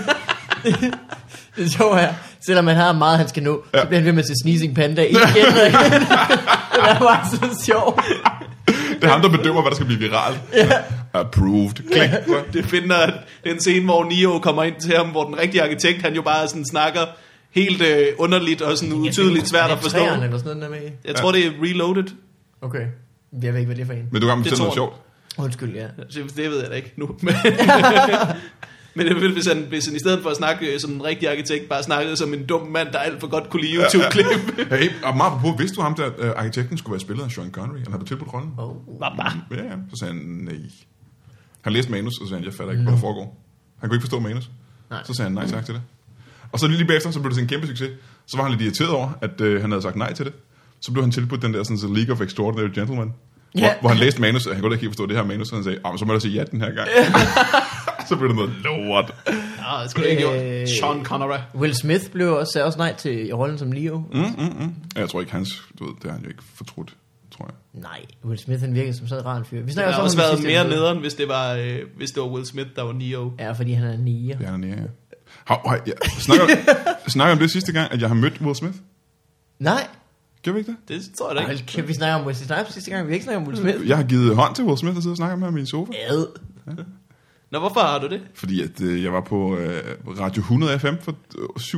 Det sjove er, selvom han har meget, han skal nå, ja. så bliver han ved med at se Sneezing Panda igen og igen. det er bare så sjovt.
Det er ham, der bedømmer, hvad der skal blive viralt. Approved. Klik.
Det finder den scene, hvor Neo kommer ind til ham, hvor den rigtige arkitekt, han jo bare sådan snakker helt øh, underligt og sådan utydeligt svært at forstå.
Træerne eller sådan noget der med. i.
Jeg tror, det er reloaded.
Okay. Jeg ved ikke, hvad det er for en.
Men du kan bestille noget
tror jeg.
sjovt.
Undskyld, ja.
Altså, Det, det ved jeg da ikke nu. Men, men det ville, hvis han, hvis han i stedet for at snakke øh, som en rigtig arkitekt, bare snakkede som en dum mand, der alt for godt kunne lide YouTube-klip.
Hey, og meget på, vidste du ham, der øh, arkitekten skulle være spillet af Sean Connery? Han havde blevet tilbudt rollen.
Oh.
Baba.
Ja, ja. Så sagde han, nej. Han læste manus, og så sagde han, jeg fatter ikke, hvad der foregår. Han kunne ikke forstå manus.
Mm. Nej.
Så sagde han nej tak til det. Og så lige bagefter, så blev det sådan en kæmpe succes. Så var han lidt irriteret over, at øh, han havde sagt nej til det. Så blev han tilbudt den der sådan, så League of Extraordinary Gentlemen. Ja. Hvor,
Ja.
hvor, han læste manus, og han kunne da ikke helt forstå det her manus, og han sagde, "Ah, men så må jeg da sige ja den her gang. så blev det noget lort.
Nå, Ah, det skulle du ikke have
Øh.
gjort. Sean Connery.
Will Smith blev også, sagde også nej til i rollen som Leo. Mm.
Ja, Jeg tror ikke, hans, du ved, det har han jo ikke fortrudt, tror jeg.
Nej, Will Smith han virkede som sådan en rar fyr. Vi
Det
snakker
har også
om ham i
været
sidste
mere
episode.
nederen, hvis det, var, øh, hvis det var Will Smith, der var Neo.
Ja, fordi han er nier.
Det er han ja. ja. Hav, hej, ja. Snakker, snakker om det sidste gang, at jeg har mødt Will Smith?
Nej,
Gjorde vi ikke det?
Det tror jeg da ikke. Mm.
Hold kæft, vi snakker om Wesley Snipes sidste gang, vi har ikke snakket om Will Smith.
Jeg har givet hånd til Will Smith, der sidder og snakker med ham i en sofa.
Ad.
Nå, hvorfor har du det?
Fordi at, øh, jeg var på øh, Radio 100 FM for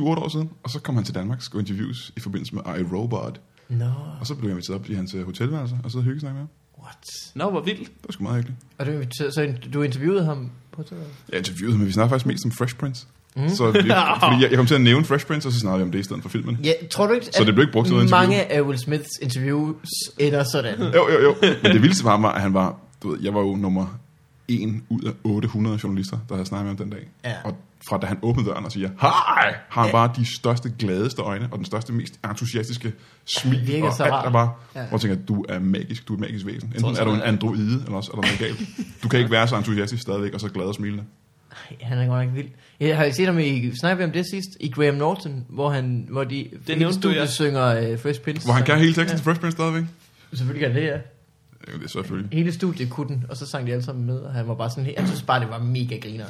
øh, 7-8 år siden, og så kom han til Danmark og skulle interviews i forbindelse med iRobot.
Nå,
Og så blev jeg inviteret op i hans øh, hotelværelse og så hygge snakke med ham.
what?
Nå, hvor vildt.
Det var sgu meget hyggeligt.
Og du, inviterede- så du interviewede ham på TV?
Jeg interviewede ham, men vi snakkede faktisk mest om Fresh Prince. Mm. Så vi, fordi jeg, jeg kom til at nævne Fresh Prince, og så snakkede vi om det i stedet for filmen.
Ja, tror du ikke,
Så det blev ikke brugt til noget interview?
mange af Will Smiths interviews ender sådan?
Jo, jo, jo. Men det vildeste var, mig, at han var, du ved, jeg var jo nummer 1 ud af 800 journalister, der havde snakket med ham den dag.
Ja.
Og fra da han åbnede døren og siger, hej, har han bare de største, gladeste øjne, og den største, mest entusiastiske
Det
smil,
virker
og
så
alt
rart.
der var.
Ja.
Ja. Hvor jeg tænker, du er magisk, du er et magisk væsen.
tror,
Enten er du en
sådan er det.
androide, eller også er der noget galt. Du kan ikke være så entusiastisk stadigvæk, og så glad og smilende.
Ej, han er godt nok vild. Jeg har I set ham i, snakker vi om det sidst, i Graham Norton, hvor han, hvor de hele
nævnte du,
studiet
ja.
synger uh, Fresh Prince.
Hvor han
Så-
kan hele teksten til Fresh Prince stadigvæk.
Ja, selvfølgelig kan han det, ja.
Ja, det er selvfølgelig.
Hele studiet kunne den, og så sang de alle sammen med, og han var bare sådan, helt- han synes bare, det var mega griner.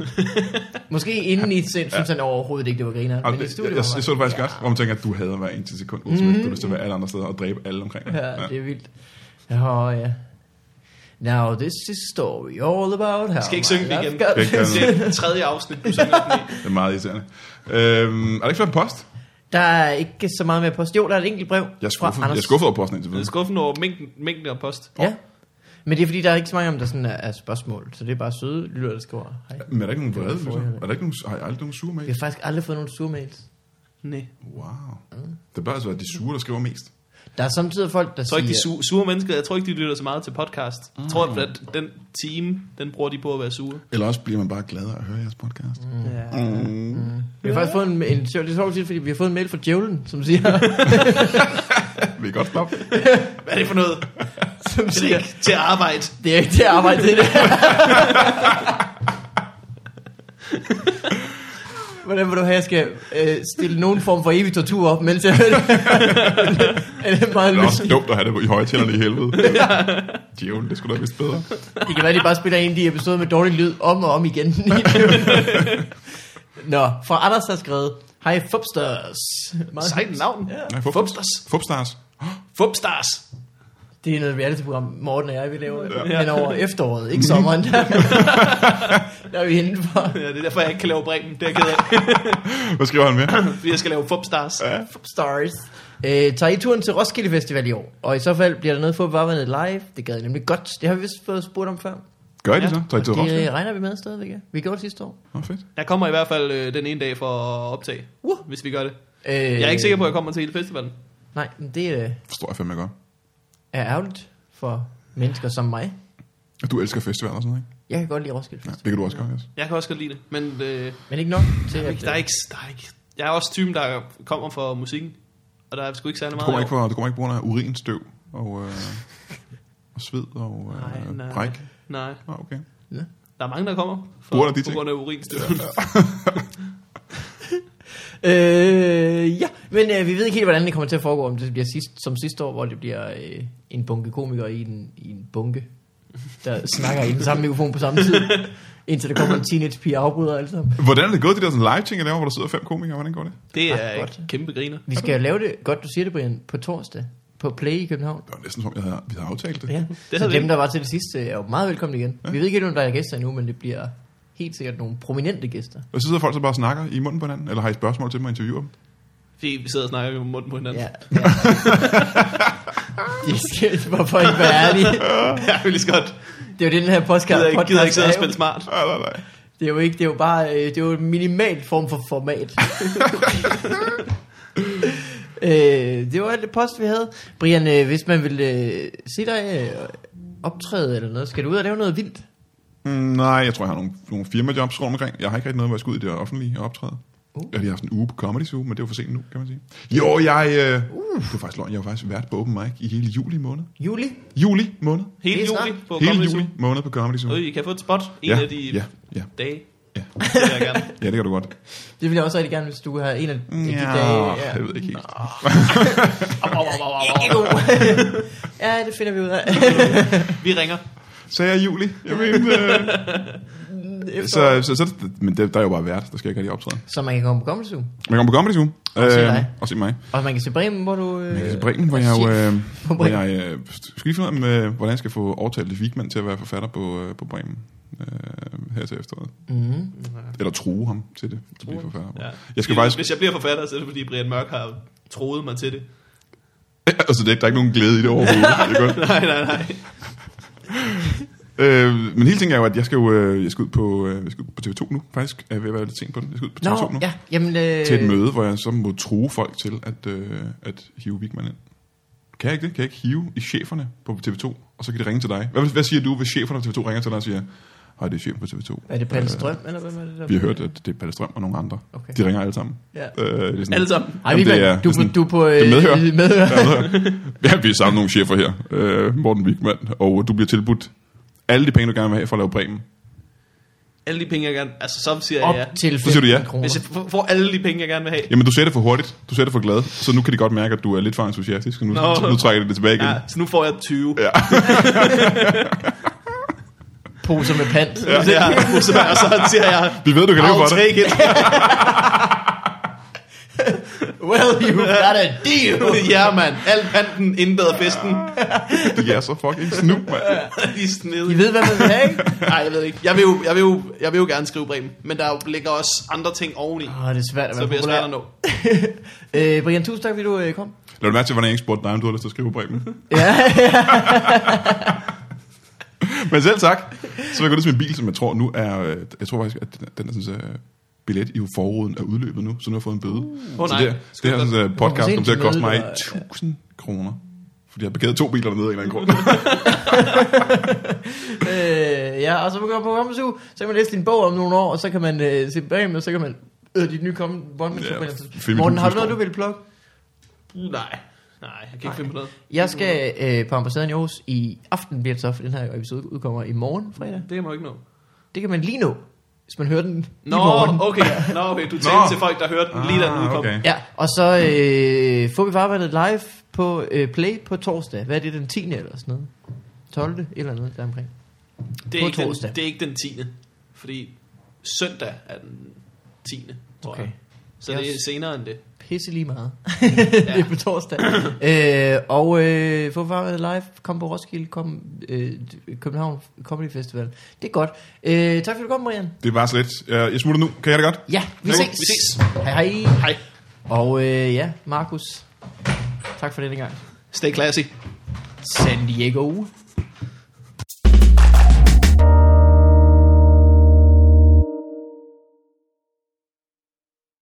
Måske inden i sind, synes han overhovedet ikke, det var griner.
Og
Men i
det, jeg,
studiet
jeg,
var
jeg,
bare-
så det faktisk godt, hvor man tænker, at du hader hver eneste sekund. Mm-hmm. Du har lyst til at være alle andre steder og dræbe alle omkring dig.
Ja, det er vildt. Åh, ja. Now this is story all about how
skal ikke
my
synge det
life
igen.
got-
Skal ikke gøre
Det er tredje afsnit, du synger den i.
Det er meget irriterende. Øhm, er der ikke flere på post?
Der er ikke så meget mere post. Jo, der er et enkelt brev
Jeg er
fra
skuffet,
Anders.
jeg er skuffet over posten indtil
Jeg er
videre.
skuffende over mængden, mængden af post.
Ja. Men det er fordi, der er ikke så mange om, der sådan er, er spørgsmål. Så det er bare søde lytter, der skriver. Hej.
Men er der ikke nogen vrede?
Det var
lytter?
forrige.
Er der ikke nogen, har I aldrig nogen sure
Vi
mails?
har faktisk aldrig fået nogen sure mails.
Nej.
Wow. Det bør altså være de sure, der skriver mest.
Der er samtidig folk, der
Jeg tror ikke,
siger... Mm.
de su- sure mennesker, jeg tror ikke, de lytter så meget til podcast. Jeg tror, at den time, den bruger de på at være sure.
Eller også bliver man bare glad af at høre jeres podcast. Mm.
Ja.
Mm.
Vi har faktisk fået en, en, en sjov, det er sjovt at sige, fordi vi har fået en mail fra Djævlen, som siger,
Vil I godt stoppe?
Hvad er det for noget?
som
Det er
siger,
ikke til at arbejde.
det er ikke til at arbejde til det. Hvordan vil du have, at jeg skal øh, stille nogen form for evig tortur op, mens jeg hører det? det er meget
Det er også
lysigt.
dumt at have det på- i højtænderne i helvede. Djævlen, det skulle da vist bedre.
Det kan være, de bare spiller en af de episoder med dårlig lyd om og om igen. Nå, fra Anders har skrevet, Hej Fubsters. Meget-
Sejt navn.
Nej, fup-
Fubsters.
Fupstars.
Fubstars.
Det er noget reality-program, Morten og jeg, vi laver
Ja.
ja. hen over efteråret, ikke sommeren. Der, der er vi henne for.
Ja, det er derfor, jeg ikke kan lave bremen. Det er jeg ked af.
Hvad skriver han mere?
Fordi jeg skal lave Fubstars. Ja.
Stars. Øh, tager I turen til Roskilde Festival i år? Og i så fald bliver der noget for varvandet live. Det gad jeg nemlig godt. Det har vi vist fået spurgt om før.
Gør I det så? Tager I til
Det
Roskilde?
øh, regner vi med stadigvæk, ja. Vi gjorde det sidste år.
Nå, fedt.
Jeg kommer i hvert fald øh, den ene dag for at optage,
Uh.
hvis vi gør det.
Øh,
Jeg er ikke sikker på, at jeg kommer til hele festivalen.
Nej, men det øh,
Forstår jeg fandme godt.
er ærgerligt for mennesker som mig.
Og Du elsker festivaler og sådan noget, ikke?
Jeg kan godt lide Roskilde
Ja,
Festival.
det kan du også gøre, Jes.
Jeg kan også godt lide det, men øh,
Men ikke nok til, at...
der, er ikke, der er ikke... Jeg er også typen, der kommer for musikken, og der er sgu ikke særlig
Du
meget.
kommer ikke
af-
på, du kommer ikke på grund af urinstøv og, øh, og sved og
Nej,
øh,
nej.
bræk.
Nej,
Nå, okay.
der er mange, der kommer for,
På grund af de
på
ting.
grund af urinstøv.
Øh, ja, Men øh, vi ved ikke helt, hvordan det kommer til at foregå, om det bliver sidst, som sidste år, hvor det bliver øh, en bunke komikere i en, i en bunke, der snakker i den samme mikrofon på samme tid, indtil der kommer en teenage-pige og afbryder alt sammen.
Hvordan er det gået, de der sådan live ting, jeg laver, hvor der sidder fem komikere? Hvordan går det?
Det
Ah,
er ah,
godt.
et kæmpe griner.
Vi skal jo lave det, godt du siger det, Brian, på torsdag på Play i København.
Det var næsten som, om, jeg havde, vi havde aftalt det.
Ja.
Det
Det
havde
så
vi
dem,
ikke.
der var til det sidste, er jo meget velkomne igen. Ja. Vi ved ikke helt, om der er gæster endnu, men det bliver helt sikkert nogle prominente gæster.
Og så sidder folk så bare og snakker i munden på hinanden, eller har I spørgsmål til mig og interviewer dem?
Fordi vi sidder og snakker med munden på hinanden.
Ja.
Ja.
De skal, hvorfor ikke være ærlige?
Jeg vil lige så godt.
Det er jo det, den her podcast,
Gider ikke, gider
podcast
ikke sidde og
er jo.
spille smart.
Nej, nej, nej.
Det er jo ikke, det er jo bare, øh, det er jo en minimal form for format. øh, det var alt det post, vi havde. Brian, øh, hvis man vil øh, se dig øh, optræde eller noget, skal du ud og lave noget vildt?
Mm, nej, jeg tror, jeg har nogle, nogle firmajobs rundt omkring. Jeg har ikke rigtig noget, hvor jeg skal ud i det offentlige og optræde. Uh. Jeg har lige haft en uge på Comedy Zoo, men det er jo for sent nu, kan man sige. Jo, jeg... Øh, uh. Det er faktisk løgn. Jeg var faktisk vært på Open Mic i hele juli måned.
Juli?
Juli måned.
Hele
Det er
juli
snart.
på
Hele
Comedy
juli
Zoo.
måned på Comedy Zoo.
Øh, I kan få et spot en
ja,
af de
ja, ja,
dage.
ja.
Det vil jeg gerne.
ja, det kan du godt.
Det vil jeg også rigtig gerne, hvis du har en af de
Ja,
dage.
jeg ved ikke helt.
Au, au, au, au, au, au.
Ikke god. ja, det finder vi ud af.
Vi ringer.
Sagde jeg juli? Jeg mente, øh,
Efter.
så, så, så, men det, der er jo bare vært, der skal jeg ikke rigtig optræde.
Så man kan komme på Comedy Zoo.
Man kommer på Comedy Zoo.
Og se
øh,
dig.
Og se mig.
Og man kan se Bremen, hvor du... Øh,
Jeg kan se Bremen, hvor jeg jo... Øh,
chef. på
hvor
Bremen.
jeg øh, skal lige finde ud af, om, øh, hvordan jeg skal få overtalt Wigman til at være forfatter på, øh, på Bremen øh, her til efteråret.
Mhm.
Eller true ham til det, til at blive forfatter.
Ja.
Jeg skal
Fordi
faktisk...
Hvis jeg bliver forfatter, så er det fordi Brian Mørk har troet mig til det.
Altså, det, er ikke- der er ikke nogen glæde i det overhovedet. det er godt.
Nej, nej, nej.
Øh, men hele ting er jo, at jeg skal jo øh, jeg skal ud, på, øh, jeg skal ud på TV2 nu, faktisk. Jeg er ved at være lidt sent på den. Jeg skal ud på TV2
Nå,
nu.
ja, jamen... Øh,
Til et møde, hvor jeg så må true folk til at, øh, at hive Wigman ind. Kan jeg ikke det? Kan jeg ikke hive i cheferne på TV2, og så kan de ringe til dig? Hvad, hvad siger du, hvis cheferne på TV2 ringer til dig og siger, hej, det er chefen på TV2.
Er det Palle Strøm, eller hvem er det der?
Vi har hørt, at det er Palle Strøm og nogle andre.
Okay.
De ringer alle sammen.
Ja.
Øh, det er sådan,
Alle sammen.
Ej,
Jamen,
Jamen,
det er-
du,
det er sådan-
du er på øh,
det er medhør.
medhør.
ja, vi er sammen nogle chefer her. Øh, Morten Wigman, og du bliver tilbudt alle de penge, du gerne vil have for at lave Bremen.
Alle de penge, jeg gerne... Altså, så siger jeg
Op
ja.
til 15
Så siger du ja.
kroner.
Hvis jeg f- får alle de penge, jeg gerne vil have.
Jamen, du ser det for hurtigt. Du ser det for glad. Så nu kan de godt mærke, at du er lidt for entusiastisk. og Nu,
Nå.
nu trækker de det tilbage igen. Ja.
Ja, så nu får jeg 20. Ja.
Poser med pant. Ja.
Det er, og så siger jeg,
Vi ved, du kan leve
I'll
for det.
take it.
Well, you got a deal.
ja, mand. Alt panten, indbad festen.
De er så fucking snup, mand.
De er snedige.
I ved, hvad man vil have, ikke?
Nej, jeg ved ikke. Jeg vil, jo, jeg, vil jo, jeg vil jo gerne skrive Bremen, men der ligger også andre ting oveni,
Åh, det er svært Ah, at
så
være
bliver jeg
populær.
svært at nå.
øh, Brian, tusind tak, fordi du øh, kom.
Lad du mærke til, hvordan jeg ikke spurgte dig, om du havde lyst til at skrive Bremen.
Ja,
Men selv tak. Så vil jeg gå ud til min bil, som jeg tror nu er... øh, Jeg tror faktisk, at den- den er sådan så billet i forruden er udløbet nu, så nu har jeg fået en bøde. Uh,
Åh,
så
nej.
det, her- det her sådan, øh, podcast kommer til at koste mig
Eller-
1000 kroner. Fordi jeg har parkeret to biler dernede af en eller anden grund.
øh, ja, og så kan man på Comedy Zoo, så kan man læse din bog om nogle år, og så kan man øh, se bag og så kan man øh, dit nye kommende bond.
Ja,
Ja,
film i
Morten, har du
tusind
noget, du vil plukke?
Nej, nej, jeg kan ikke finde på noget.
Jeg skal øh, på ambassaden i Aarhus i aften, bliver det så, for den her episode udkommer i morgen fredag.
Det kan man jo ikke nå.
Det kan man lige nå, hvis man hører den i
Nå,
morgen.
okay, nå, okay. du talte
Nå. Ah,
til folk, der hørte den lige da den udkom.
okay.
Ja, og så øh, får vi farvandet live på øh, Play på torsdag. Hvad er det, den 10. eller sådan noget? 12. eller noget deromkring.
Det, er
På
ikke den,
torsdag.
det er ikke den 10. Fordi søndag er den 10. tror
Okay.
jeg. Så det er
Yes.
senere end det.
Pisse lige meget. det er på torsdag. øh, og øh, få farvandet live. Kom på Roskilde. Kom øh, København Comedy Festival. Det er godt. Øh, tak fordi du kom, Brian.
Det var så lidt. Øh, Jeg jeg smutter nu. Kan jeg det godt?
Ja, vi
Okay,
ses.
vi ses.
Hej, hej.
Hej,
Og øh, ja, Markus. Tak for denne gang.
stay classy.
San Diego.